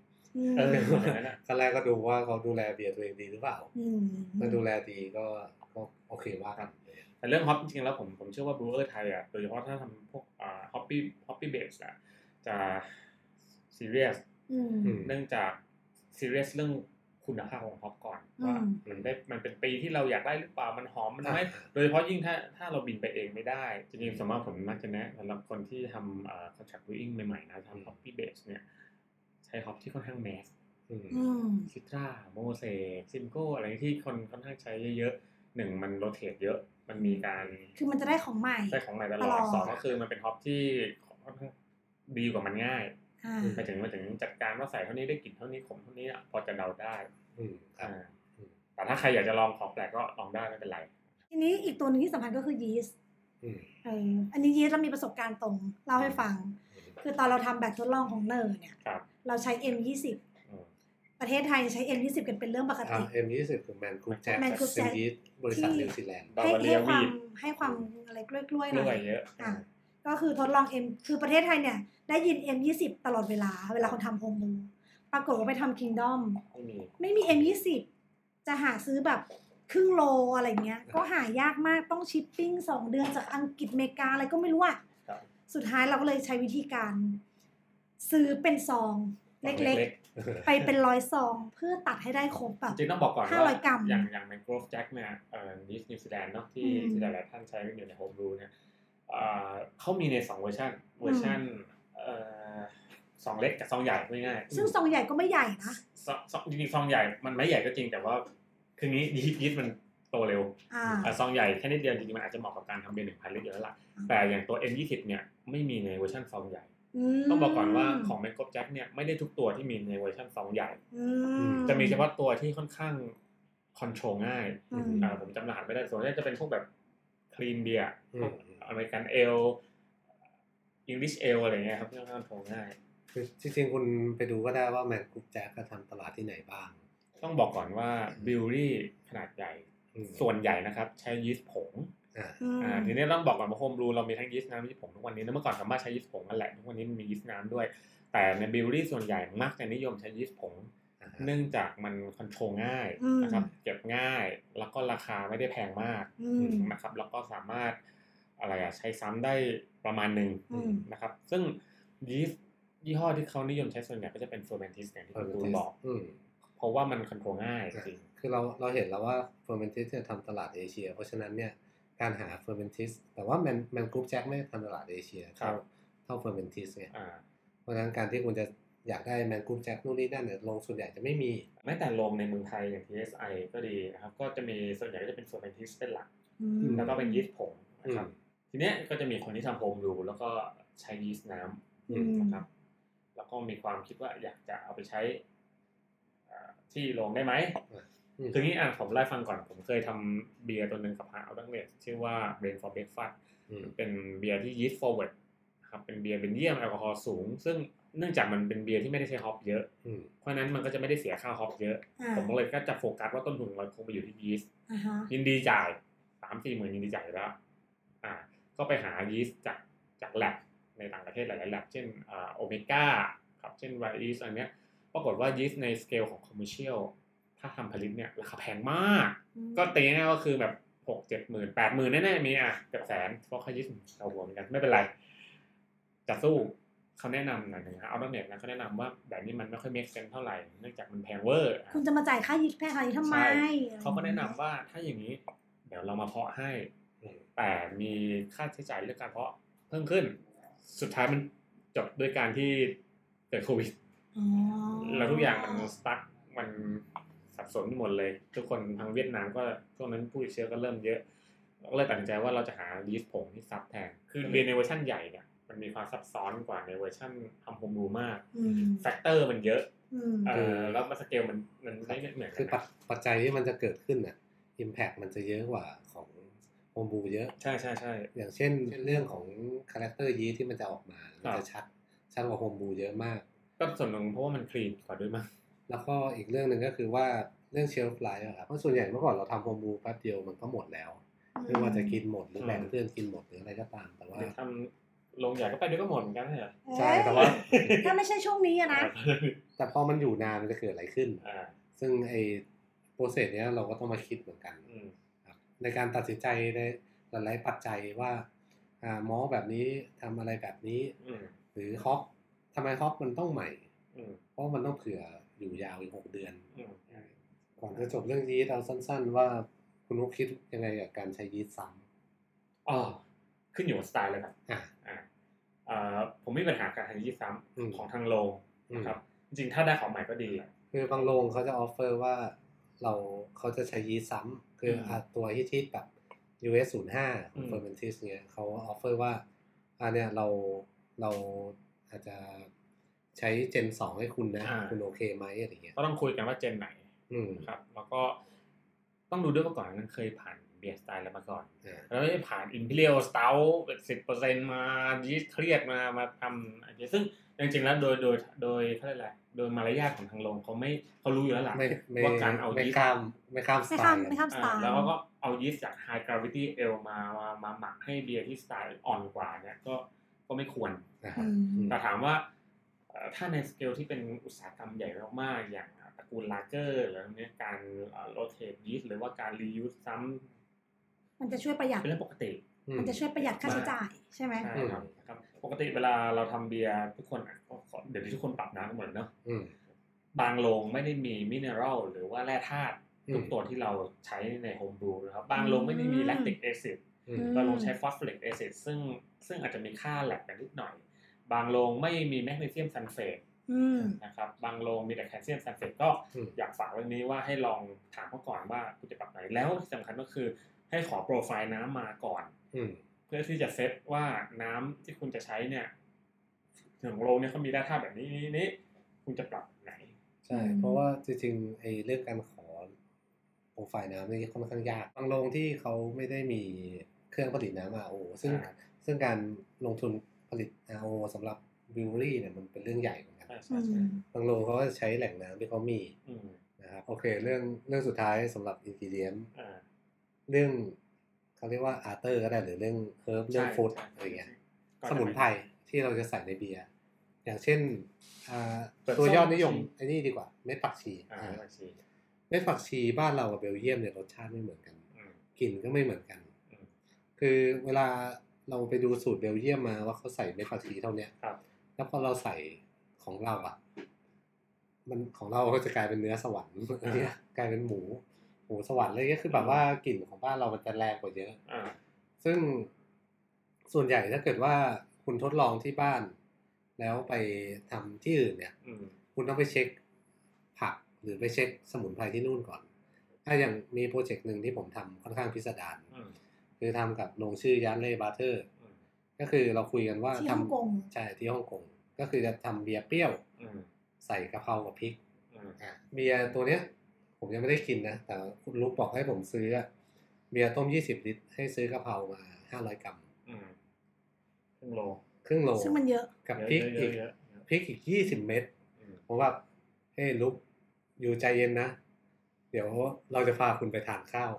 เออแบบนั้นอะ
ขั้นแรกก็ดูว่าเขาดูแลเบียร์ตัวเองดีหรือเปล่าถ้าดูแลดีก็ก็โอเคว่ากัน
แต่เรื่องฮอปจริงๆแล้วผมผมเชื่อว่าบรูเออร์ไทยอ่ะโดยเฉพาะถ้าทำพวกอ่าฮอปปี้ฮอปปี้เบสอ่ะจะซีเรียส
อืม
เนื่องจากซีเรียสเรื่องคุณภาพของฮอปก่อน
อืม
ว่ามันได้มันเป็นปีที่เราอยากได้หรือเปล่ามันหอมมันไหม
อ่า
โดยเฉพาะยิ่งถ้าถ้าเราบินไปเองไม่ได้ จริงๆสำหรับผมมักจะแนะสำหรับคนที่ทำคอนแทคบิวอิงใหม่ๆนะทำฮอปปี้เบสเนี่ย ใช้ฮอปที่ค่อนข้างแมส
อืม
ซิตราโมเสกซิมโกอะไรที่คนค่อนข้างใช้เยอะๆหนึ่งมันโรเตทเยอะมันมีการ
คือมันจะได้ของใหม่
ได้ของใหม่ตล
ต
อ
ลอ
ด
ด
สองก็คือมันเป็นฮอปที่ค่อนข้างดีกว่ามันง่าย
อ่า
หมายถึงหมายถึงจัดการว่าใส่เท่านี้ได้กลิ่นเท่านี้ขมเท่านี้อะพอจะเดาได้
อืมครับ
อ่า
อืม
แต่ถ้าใครอยากจะลองของแปลกก็ลองได้ไม่เป็นไร
ทีนี้อีกตัวหนึงที่สำคัญก็คือยีสต์
อืม
เอออันนี้ยีสต์เรามีประสบการณ์ตรงเล่าให้ฟัง
อืม
คือตอนเราทำแบบทดลองของเนอร์เนี่ย
ครับ
เราใช้ M20
อืม
ประเทศไทยใช้ M20 กันเป็นเรื่องปก
อ่า
ติ
เอ็มยี่สิบคือแมนกรุ๊ปแจ็ค
Man Group
ซิง
Jack
ยีสบริษัท
ที่
นิวซีแลนด์
บา
ให้
วาเรี
ให้
ย
ความ
วี
ให้ความ
ด
อะไรกล้วยๆ
เห
หน่
นื่
อ
อย
ย
เยอะ
อ่ะก็คือทดลอง M คือประเทศไทยเนี่ย ได้ยิน M20 ตลอดเวลา เวลาคนทำโฮมรูปรากฏว่าไปทำ Kingdom
ไม่มี
ไม่มี M20 จะหาซื้อแบบครึ่งโลอะไรเงี้ย ก็หายากมากต้องชิปปิ้งสองเดือนจากอังกฤษอเมริกาอะไรก็ไม่รู้อ่ะ
ครับ
สุดท้ายเราก็เลยใช้วิธีการ ซื้อเป็นซองเล็กๆ ไปเป็นร้อยซองเพื่อตัดให้ได้ครบแบ
ๆ
บ
จริงๆต้องบอกก่อน
ห้าร้อ
ว่า
ยกรัม
อย่างอย่างในกรฟแจ็คเนี่ยเอ่อนิสนิวซีแลนด์เนาะที่
อืม
ที่หลายๆท่านใช้กันอยู่ในโฮมรูเนี่ยเอ่อเขามีในสองเวอร์ชันเวอร์ชันเอ่อซองเล็กกับซองใหญ่พูดง่ายๆ
ซึ่งซองใหญ่ก็ไม่ใหญ่นะ
ซองซองจริงๆซองใหญ่มันไม่ใหญ่ก็จริงแต่ว่าคืองี้ยีสต์ยีสต์มันโตเร็ว
อ่า
อ่ะซองใหญ่แค่นิดเดียวจริงๆมันอาจจะเหมาะกับการทำเบียร์หนึ่งพันลิตรอยู่แล้วล่ะ
อ่า
แต่อย่างตัว M 2 0เนี่ยไม่มีในเวอร์ชันซองใหญ่ ต้องบอกก่อนว่าของ m a c o แจ็คเนี่ยไม่ได้ทุกตัวที่มีในเวอร์ชันซองใหญ่
อื
จะมีเฉพาะตัวที่ค่อนข้างคอนโทรลง่าย
อืม
อ่าผมจำรหัสไม่ได้ส่วนใหญ่จะเป็นพวกแบบคลีนเบียร์
อืม
อเมริกันเอลอังกฤษเอลอะไรเงี้ยครับที่ค่อนข้างคอนโทรลง่าย
คือจริงๆคุณไปดูก็ได้ว่าแมนกรุ๊ปแจ็คก็ทำตลาดที่ไหนบ้าง
ต้องบอกก่อนว่าบิลลี่ขนาดใหญ่
อืม
ส่วนใหญ่นะครับใช้ยีสต์ผง
อ่า
อ่าทีนี้ต้องบอกก่อนว่าโฮมรูเรามีทั้งยีสต์น้ำยีสต์ผงทุกวันนี้นะเมื่อก่อนสามารถใช้ยีสต์ผงนั่นแหละทุกวันนี้มันมียีสต์น้ำด้วย แต่ในบิวรี่ส่วนใหญ่มักจะนิยมใช้ยีสต์ผง
อ่า
เนื่องจากมันคอนโทรลง่าย
อืม
นะครับเก็บง่ายแล้วก็ราคาไม่ได้แพงมาก
อืม
นะครับแล้วก็สามารถอะไรอะใช้ซ้ำได้ประมาณหนึ่ง
อืม
นะครับซึ่งยีสต์ยี่ห้อที่เขานิยมใช้ส่วนใหญ่ก็จะเป็นเฟอร์เมนติสอย่างที่คุณตูนบอก
อืม
เพราะว่ามันคอนโทรลง่ายจริง
คือเราเราเห็นแล้วว่าเฟอร์เมนติสเนี่ยทำตลาดเอเชีย เพราะฉะนั้นเนี่ยการหาเฟอร์เมนติสแต่ว่าแมนแมนกรุ๊ปแจ็คไม่ได้ทำตลาดเอเชียเท่าเท่าเฟอร์เมนติสไง
อ่า
เพราะฉะนั้นการที่คุณจะอยากได้แมนกรุ๊ปแจ็คนู่นนี่นั่นเนี่ยลงส่วนใหญ่จะไม่มี
แม้แต่ลงในเมืองไทยอย่าง TSI ก็ดีนะครับ ก็จะมีส่วนใหญ่ก็จะเป็นส่วนเป็นทิสเป็นหลัก
อืม
แล้วก็เป็นยีสต์ผงนะครับ
อืม
ทีเนี้ยก็จะมีคนที่ทำโฮมรูแล้วก็ใช้ยีสต์น้
อืม
ำนะครับ แล้วก็มีความคิดว่าอยากจะเอาไปใช้เอ่อที่โรงได้ไหม
อืม
คืองี้อ่ะผมไล่าให้ฟังก่อน ผมเคยทำเบียร์ตัวหนึ่งกับพาเอาดังเลสชื่อว่า Brain for Breakfast
อืม
เป็นเบียร์ที่ยีสต์ forward นะครับ เป็นเบียร์เป็นเยี่ยมแอลกอฮอล์สูง ซึ่งเนื่องจากมันเป็นเบียร์ที่ไม่ได้ใช้ฮอปเยอะ
อืม
เพราะฉะนั้นมันก็จะไม่ได้เสียค่าฮอปเยอะ
อ่า
ผมก็เลยก็จะโฟกัสว่าต้นทุนของเราคงไปอยู่ที่ยีสต์
อ่าฮะ
ยินดีจ่ายสามสี่หมื่นยินดีจ่ายอยู่แล้ว อ่า ก็ไปหายีสต์จากจากแลบในต่างประเทศหลายๆแลบเช่นอ่าโอเมก้าครับ เช่นไวอีสอันเนี้ย ปรากฏว่ายีสต์ในสเกลของคอมเมอรเชียลถ้าทำผลิตเนี่ย ราคาแพงมาก ก็ตีง่ายๆก็คือแบบหกเจ็ดหมื่นแปดหมื่นแน่ๆมีอ่ะเกือบแสนเพราะค่ายีสต์เราหัวเหมือนกันไม่เป็นไรจะสู้เขาแนะนำหน่อยหนึงนะเอาดอเน็ตนะเขาแนะนำว่าแบบนี้มันไม่ค่อยเมคเซนเท่าไหร่เนื่องจากมันแพงเวอร์อ่ะ
คุณจะมาจ่ายค่ายิดแพงขนาดนี้ทำไมอ
ใช่
ะไร
เขาก็แนะนำว่าถ้าอย่างนี้ เดี๋ยวเรามาเพาะให้
อืม
แต่มีค่าใช้จ่ายเรื่องการเพาะเพิ่มขึ้น สุดท้ายมันจบด้วยการที่เกิดโควิด
อ๋อ
แล้วทุกอย่างมันสตั๊กมันสับสนไปหมดเลย ทุกคนทางเวียดนามก็ช่วงนั้นผู้ติดเชื้อก็เริ่มเยอะเราก็เลยตัดสินใจว่าเราจะหายีสต์ผงที่ซับแทน คือเรียนในเวอร์ชันใหญ่เนี่ยมันมีความซับซ้อนกว่าในเวอร์ชันทำโฮมรูมาก
อืม
แฟกเตอร์มันเยอะ
อืม
เออแล้วมันสเกลมันมันไม่เหมือนกั
คือน ปัจ
นะ
ปัจจัยที่มันจะเกิดขึ้นน่ะอิมแพคมันจะเยอะกว่าของโฮมบูเยอะ
ใช่ใช่ใช่
อย่างเช่นเรื่องของคาแรคเตอร์ยีสต์ที่มันจะออกมา มัน
ครั
จะ
บ
ชัดชัดกว่าโฮมบูเยอะมาก
ก็ส่วนหนึ่งเพราะว่ามันคลีนกว่าด้วยมั้ง
แล้วก็อีกเรื่องหนึ่งก็คือว่าเรื่องเชลฟ์ไลฟ์ครับเพราะส่วนใหญ่เมื่อก่อนเราทำโฮมบูแป๊บเดียวมันก็หมดแล้ว ไม่ว่าจะกินหมดหรือแบ่ง
อืม
เพื่อนกินหมดหรืออะไรก็ตาม แต่ว่า
เดี๋ยวทำโรงใหญ่ก็ไปด้วยก็หมดเหมือนกันเหรอ
ใช่แต่ว่า
ถ้าไม่ใช่ช่วงนี้อะนะ
แต่พอมันอยู่นานมันจะเกิดอะไรขึ้น
อ่า
ซึ่งไอ้โปรเซสเนี้ยเราก็ต้องมาคิดเหมือนกัน
อืม
ในการตัดสินใจในหลายๆปัจจัยว่าอ่าหมอแบบนี้ทำอะไรแบบนี้
อืม
หรือฮอกทำไมฮอกมันต้องใหม่
อืม
เพราะมันต้องเผื่ออยู่ยาวอีกหกเดือน
อืม
ก่อนจะจบเรื่องยีสต์เราสั้น ๆ ว่าคุณนุกคิดยังไงกับการใช้ยีสต์ซ้
อ๋อขึ้นอยู่กับสไตล์แล้วครับ
ำอ่ะ
อ่าอ่าผมไม่มีปัญหาการทำยี่ซ้
อืม
ำของทางโรง
อืม
นะครับ จริงๆถ้าได้ของใหม่ก็ดี
คือบางโรงเขาจะออฟเฟอร์ว่าเราเขาจะใช้ยีสต์ซ้ำคือ
ม
อ่ะตัวที่ที่แบบ US 0 5ขอ
อื
ง
ม
Fermentis เนี่ยเขาออฟเฟอร์ว่าอันเนี้ยเราเราอาจจะใช้เจนสองให้คุณนะ
อ่า
คุณโอเคไหมอะไรเงี้ย
ก็ต้องคุยกันว่าเจนไหน
อืม
นะครับ แล้วก็ต้องดูด้วยว่าก่อนนั้นเคยผ่านเบียร์สไตล์อะไรมาก่อน
อ่า
แล้วไม่ได้ผ่านอิมพีเรียลสเตลแบบสิบเปอร์เซ็นต์มายีสต์เครียดมามาทำอะไรซึ่งจริงๆแล้วโดยโดยโดยเขาเรียกอะไรโดยมารยาทของทางโรงเขาไม่เขารู้อยู่แล้วล่ะ
ไม่ไม่
ว่าการเอา
ไม่
ยีสต์
ข้ามไม่ข้ามส
ไม่
ไต
ข้าม
ล์
ไม่ข้ามสไต
อ่า
ล์
แล้วก็เอายีสต์จากไฮกราวิตี้เอลมามามาหมักให้เบียร์ที่สไตล์อ่อนกว่าเนี่ยก็ก็ไม่ควร
นะครั
อืม
บ
แต่ถามว่าเอ่อถ้าในสเกลที่เป็นอุตสาหกรรมใหญ่มากๆอย่างตระกูลลาเกอร์หรืออะไรพวกเนี้ยการโรเทตยีสต์หรือว่าการรียูสซ้
มันจะช่วยประหยั
ำ
ด
เป็นเรื่องปกติ
มันจะช่วยประหยัดค่าใช้จ่ายใช่ไหม
ใช่ครับครับปกติเวลาเราทำเบียร์ทุกคนอ่ะก็ขอเดี๋ยวนี้ทุกคนปรับน้ำกันหมดเนาะ
อืม
บางโรงไม่ได้มีมินเนอรัลหรือว่าแร่ธาตุ
อืม
ทุกตัวที่เราใช้ในโฮมบรูนะครับบางโรงไม่ได้มี
อืม
แลคติกแอซิด
อืม
บางโรงใช้ฟอสฟอริกแอซิดซึ่งซึ่งอาจจะมีค่าแลกกันนิดหน่อย บางโรงไม่มีแมกนีเซียมซัลเฟต
อืม
นะครับบางโรงมีแต่แคลเซียมซัลเฟตก็
อืม
อยากฝากเรื่องนี้ว่าให้ลองถามเขาก่อนว่าคุณจะปรับไหนแล้วที่สำคัญก็คือให้ขอโปรไฟล์น้ำมาก่อน
อืม
เพื่อที่จะเซตว่าน้ำที่คุณจะใช้เนี่ยถึงโรงเนี่ยเขามีแร่ธาตุแบบนี้นี้นี้คุณจะปรับไหน
ใช่
อืม
เพราะว่าจริงๆไอ้เรื่องการขอโปรไฟล์น้ำนี่ค่อนข้างยาก บางโรงที่เขาไม่ได้มีเครื่องผลิตน้ำ RO ซึ่ง
อ่า
ซึ่งการลงทุนผลิต RO สำหรับบิวรี่เนี่ยมันเป็นเรื่องใหญ่เหมือนกัน
ใช่ใช่
อื
ใช่
ม
บางโรงเขาก็จะใช้แหล่งน้ำที่เขามี
อืม
นะครับ โอเค เรื่องเรื่องสุดท้ายสำหรับอินกิเดียม
อ่า
เรื่องเขาเรียกว่าอาร์เตอร์ก็ได้หรือเรื่องเฮิร์บเรื่อง
ใช่
ฟู้ด
ใช่
อะไรเงี้ย
ก่อ
ส
จะป
มุนไพรที่เราจะใส่ในเบียร์ อย่างเช่นอ่า
เปิด
ตัวยอดนิยม
ส้
ไอ้นี่ดีกว่าเม็ดผักชี
อ่าผักชี
เม็ดผักชีบ้านเรากับเบลเยียมเนี่ยรสชาติไม่เหมือนกัน
อืม
กลิ่นก็ไม่เหมือนกัน
อืม
คือเวลาเราไปดูสูตรเบลเยียมมาว่าเขาใส่เม็ดผักชีเท่าเนี้ย
ครับ
แล้วพอเราใส่ของเราอะมันของเราก็จะกลายเป็นเนื้อสวรรค์อันเนี้ยกลายเป็นหมูหมูสวรรค์เลยก็คือแบบว่ากลิ่นของบ้านเรามันจะแรงกว่าเยอะ
อ่า
ซึ่งส่วนใหญ่ถ้าเกิดว่าคุณทดลองที่บ้าน แล้วไปทำที่อื่นเนี่ย
อืม
คุณต้องไปเช็คผักหรือไปเช็คสมุนไพรที่นู่นก่อน ถ้าอย่างมีโปรเจกต์หนึ่งที่ผมทำค่อนข้างพิสดาร
อืม
คือทำกับโรงชื่อยันเล่บาเทอร์
อืม
ก็คือเราคุยกันว่า
ที่ฮ่
ทำ
องกง
ใช่ที่ฮ่องกงก็คือจะทำเบียร์เปรี้ยว
อืม
ใส่กะเพรากับพริก
อืม
อ่ะเบียร์ตัวเนี้ย ผมยังไม่ได้กินนะ แต่คุณลุกบอกให้ผมซื้ออะเบียร์ต้ม 20 ลิตร ให้ซื้อกะเพรามา 500 กรัม
อืมครึ่งโล
ครึ่งโล
ซึ่งมันเยอะ
กับ
เยอะ
พริก
เย
อี
อะ
ก
เยอะเยอะ
พริกอีก 20 เม็ด
อืม
เพราะว่าเฮ้ยลุกอยู่ใจเย็นนะ เดี๋ยวเราจะพาคุณไปทานข้าว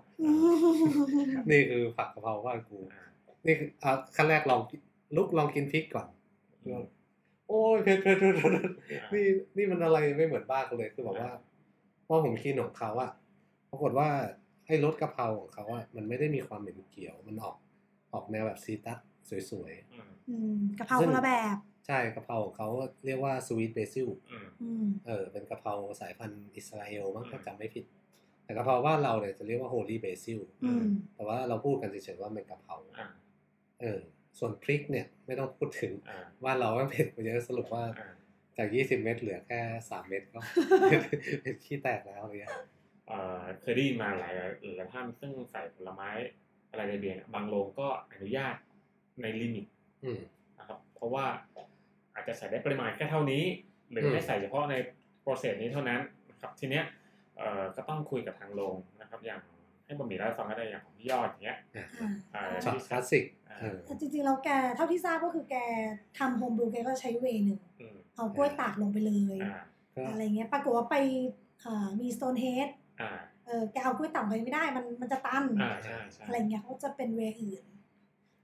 นี่คือผักกะเพราบ้านกู
อ่า
นี่คืออ่ะขั้นแรกลองกินลุกลองกินพริกก่อน
อืม
โอ้ยเผ็ดเผ็ดเผ็ดเผ็ด
อ ่า
นี่นี่มันอะไรไม่เหมือนบ้านเขาเลยคือบอกว่าพอผมกินของเขาอะปรากฏว่าไอ้รสกะเพราของเขาอะมันไม่ได้มีความเหม็นเขียวมันออกออกแนวแบบซีตัสสวย
อืม
อืมกะเพราคนละแบบ
ๆ ใช่กะเพราของเขาเรียกว่าสวีทเบซิล
อืม
อืม
เออเป็นกะเพราสายพันธุ์อิสราเอลมั้งถ้าจำไม่ผิด แต่กะเพราบ้านเราเนี่ยจะเรียกว่าโฮลี่เบซิล
อืม
แต่ว่าเราพูดกันเฉยๆว่าเป็นกะเพรา
อ่า
เออส่วนพริกเนี่ยไม่ต้องพูดถึง
อ่า
ว่านเราก็เผ็ดไปเยอะสรุปว่า
อ่า
จาก 20 เม็ดเหลือแค่ 3 เม็ด ก็ เป็นขี้แตกแล้วอะไรเลย
เอ่อเคยได้ยินมาหลายหลายท่านซึ่งใส่ผลไม้อะไรในเบียร์เนี่ยบางโรงก็อนุญาตในลิมิต
อืม
นะครับ เพราะว่าอาจจะใส่ได้ปริมาณแค่เท่านี้ หรือ
ม
ให้ใส่เฉพาะในโปรเซสนี้เท่านั้นนะครับทีเนี้ยเอ่อก็ต้องคุยกับทางโรงนะครับ อย่างให้บะหมี่ร้านซองก็ได้อย่างของพี่ยอดอย่างเงี้ย
อ่ะ
อ่า
อ่า
ช็อต
ที่
คลาสสิกเออ
แต่จริงๆแล้วแกเท่าที่ทราบก็คือแกทำโฮมบรูแกก็ใช้เวย์หนึ่ง
อืม
เอากล้วยตากลงไปเลย
อ่า
ก็
อะไรเงี้ยปรากฏว่าไปเอ่อมีสโตนเฮด
อ่า
เออแกเอากล้วยต่ำไปไม่ได้มันมันจะตัน
อ่าใช่ใช่
อะไรเงี้ยเขาจะเป็นเวย์อื่น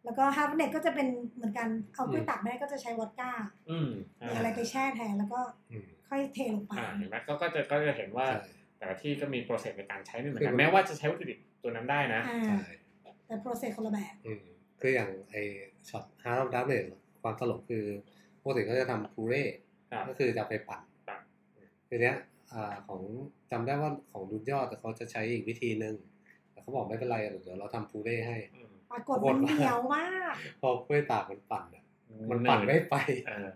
แล้วก็ฮาร์ฟเน็ตก็จะเป็นเหมือนกันเอากล้วยตากไม่ได้ก็จะใช้วอดก้า
อืม
หรืออะไรไปแช่แทนแล้วก็
อืม
ค่อยเทลงไป
อ่าเห็นไหมก็ก็จะก็จะเห็นว่า
ใช่
แต่ละที่ก็มีโปรเซสในการใช้ไม่เหมือนกั
คื
น
อ
แม้ว่าจะใช้วัตถุดิบตัวนั้นได้นะ
อ่า
ใช่
แต่โปรเซสคนละแบบ
อืมคืออย่างไอช็อตฮาร์ดดับเนี่ยความตลกคือปกติก็จะทำพูเร่
ครับ
ก็คือจะไปปั่น
ครับ
ทีเนี้ยอ่าของจำได้ว่าของดุนยอดแต่เขาจะใช้อีกวิธีหนึ่งแต่เขาบอกไม่เป็นไรเดี๋ยวเราทำพูเร่ให้
อืม
ปรากฏมัน
ปรากฏว่า
เหนียวมาก
พอกล้วยตากมันปั่นอะมันปั่นไม่ไป
เออ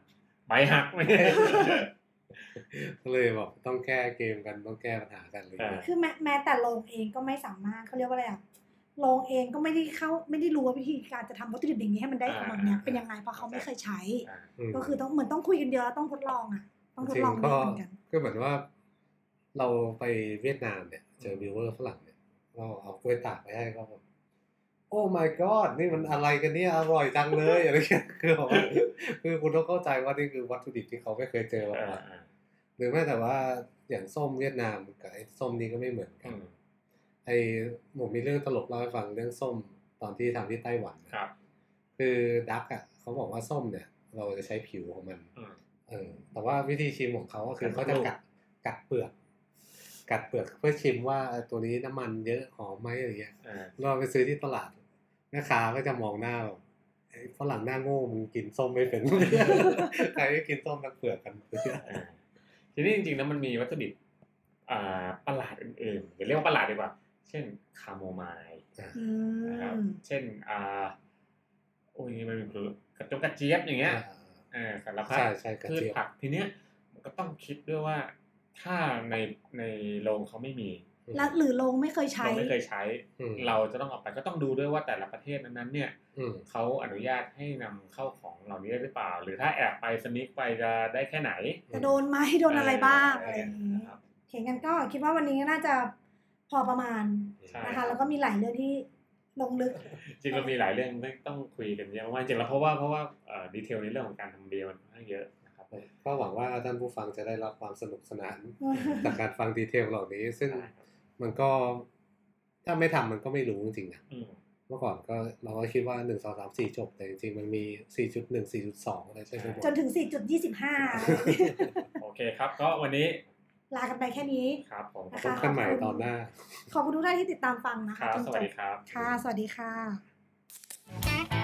ใบหักไม่
ก็เลยบอกต้องแก้เกมกันต้องแก้ปัญหากันเลย
อ่า
คือแม้แม้แต่โรงเองก็ไม่สามารถเขาเรียกว่าอะไรอะโรงเองก็ไม่ได้เข้าไม่ได้รู้ว่าวิธีการจะทำวัตถุดิบอย่างนี้ให้มันได้ออกมาแบบเนี้ยเป็นยังไงเพราะเขาไม่เคยใช้
อ่า
ม
ก็คือต้องเหมือนต้องคุยกันเดียวแล้วต้องทดลองอ่ะ ต้องทด
จริ
ลอง
ๆ
ด้ว
ก็
ยเหมือนกัน
ก็เหมือนว่า เราไปเวียดนามเนี่ย เจอบิวเวอร์ฝรั่งเนี่ยก็เอากล้วยตากไปให้ก็แบบโอ้ my god นี่มันอะไรกันเนี่ยอร่อยจังเลยอะไรเงี้ยคือแบบว่าคือคุณต้องเข้าใจว่านี่คือวัตถุดิบที่เขาไม่เคยเจอมาก่อนหรือแม้แต่ว่าอย่างส้มเวียดนามกับไอ้ส้มนี่ก็ไม่เหมือนกัน
อืม
ไอ้ผมมีเรื่องตลกเล่าให้ฟังเรื่องส้มตอนที่ทำที่ไต้หวันนะ
ครับ
คือดักอ่ะเขาบอกว่าส้มเนี่ย เราจะใช้ผิวของมัน
อืม
เออ แต่ว่าวิธีชิมของเขาก็คือ
กัด
เขาจะ
ลูก
กัดกัดเปลือก กัดเปลือกเพื่อชิมว่าเออตัวนี้น้ำมันเยอะหอมไหมอะไรเงี้ย
อ่า
เราไปซื้อที่ตลาดแม่ค้าก็จะมองหน้าแบบไอ้ฝรั่งหน้าโง่มึงกินส้มไม่ เป็น ใครก็กินส้มทั้งเปลือกกัน
อ่า ทีนี้จริงๆแล้วมันมีวัตถุดิบอ่าประหลาดอื่นๆหรือเรียกว่าประหลาดดีกว่า เช่นคาโมไมล์
อื
นะครับ
ม
เช่นอ่าโอ้ยมันมีกระจงกระเจี๊ยบอย่างเงี้ยเออสารพัด
ใช่ใช่กระ
พืช
เจี๊ยบ
ผักทีเนี้ยมันก็ต้องคิดด้วยว่า ถ้าในในโรงเขาไม่มี
แล้วหรือลงไม่เคยใช้
เราไม่เคยใช้
อืม
เราจะต้องเอาไปก็ต้องดูด้วยว่าแต่ละประเทศนั้นๆเนี่ย
อืม
เขาอนุญาตให้นำเข้าของเหล่านี้ได้หรือเปล่า หรือถ้าแอบไปสนิกไปจะได้แค่ไหน
จะโดนไหมโดนอะไรบ้างอะไรอย่างนี้
ครับ
โอเคงั้นก็คิดว่าวันนี้น่าจะพอประมาณ
ใช่
นะคะ แล้วก็มีหลายเรื่องที่ลงลึก
จริงเรามีหลายเรื่องที่ต้องคุยกันเยอะมากจริงแล้วเพราะว่าเพราะว่าเอ่อดีเทลในเรื่องของการทำเบียร์มันค่อนข้างเยอะนะครับ
ก็หวังว่าท่านผู้ฟังจะได้รับความสนุกสนาน จากการฟังดีเทลเหล่านี้ ซึ่ง
ใช่ครับ
มันก็ ถ้าไม่ทำมันก็ไม่รู้จริงๆนะ
อืม
เมื่อก่อนก็เราก็คิดว่าหนึ่งสองสามสี่จบ แต่จริงๆ มันมีสี่จุดหนึ่งสี่จุดสองอะไรใช่ไหม
จนถึง 4.25
โอเคครับ ก็วันนี้
ลากันไปแค่นี้
ครับผม
นะ
พ
คะ
บกันใหม่ตอนหน้า
ขอบคุณทุกท่านที่ติดตามฟังนะ
ค
คะ
รั
จ
บ
นจ
สวัส
บ
ดีครับ
ค่ะ สวัสดีค่ะ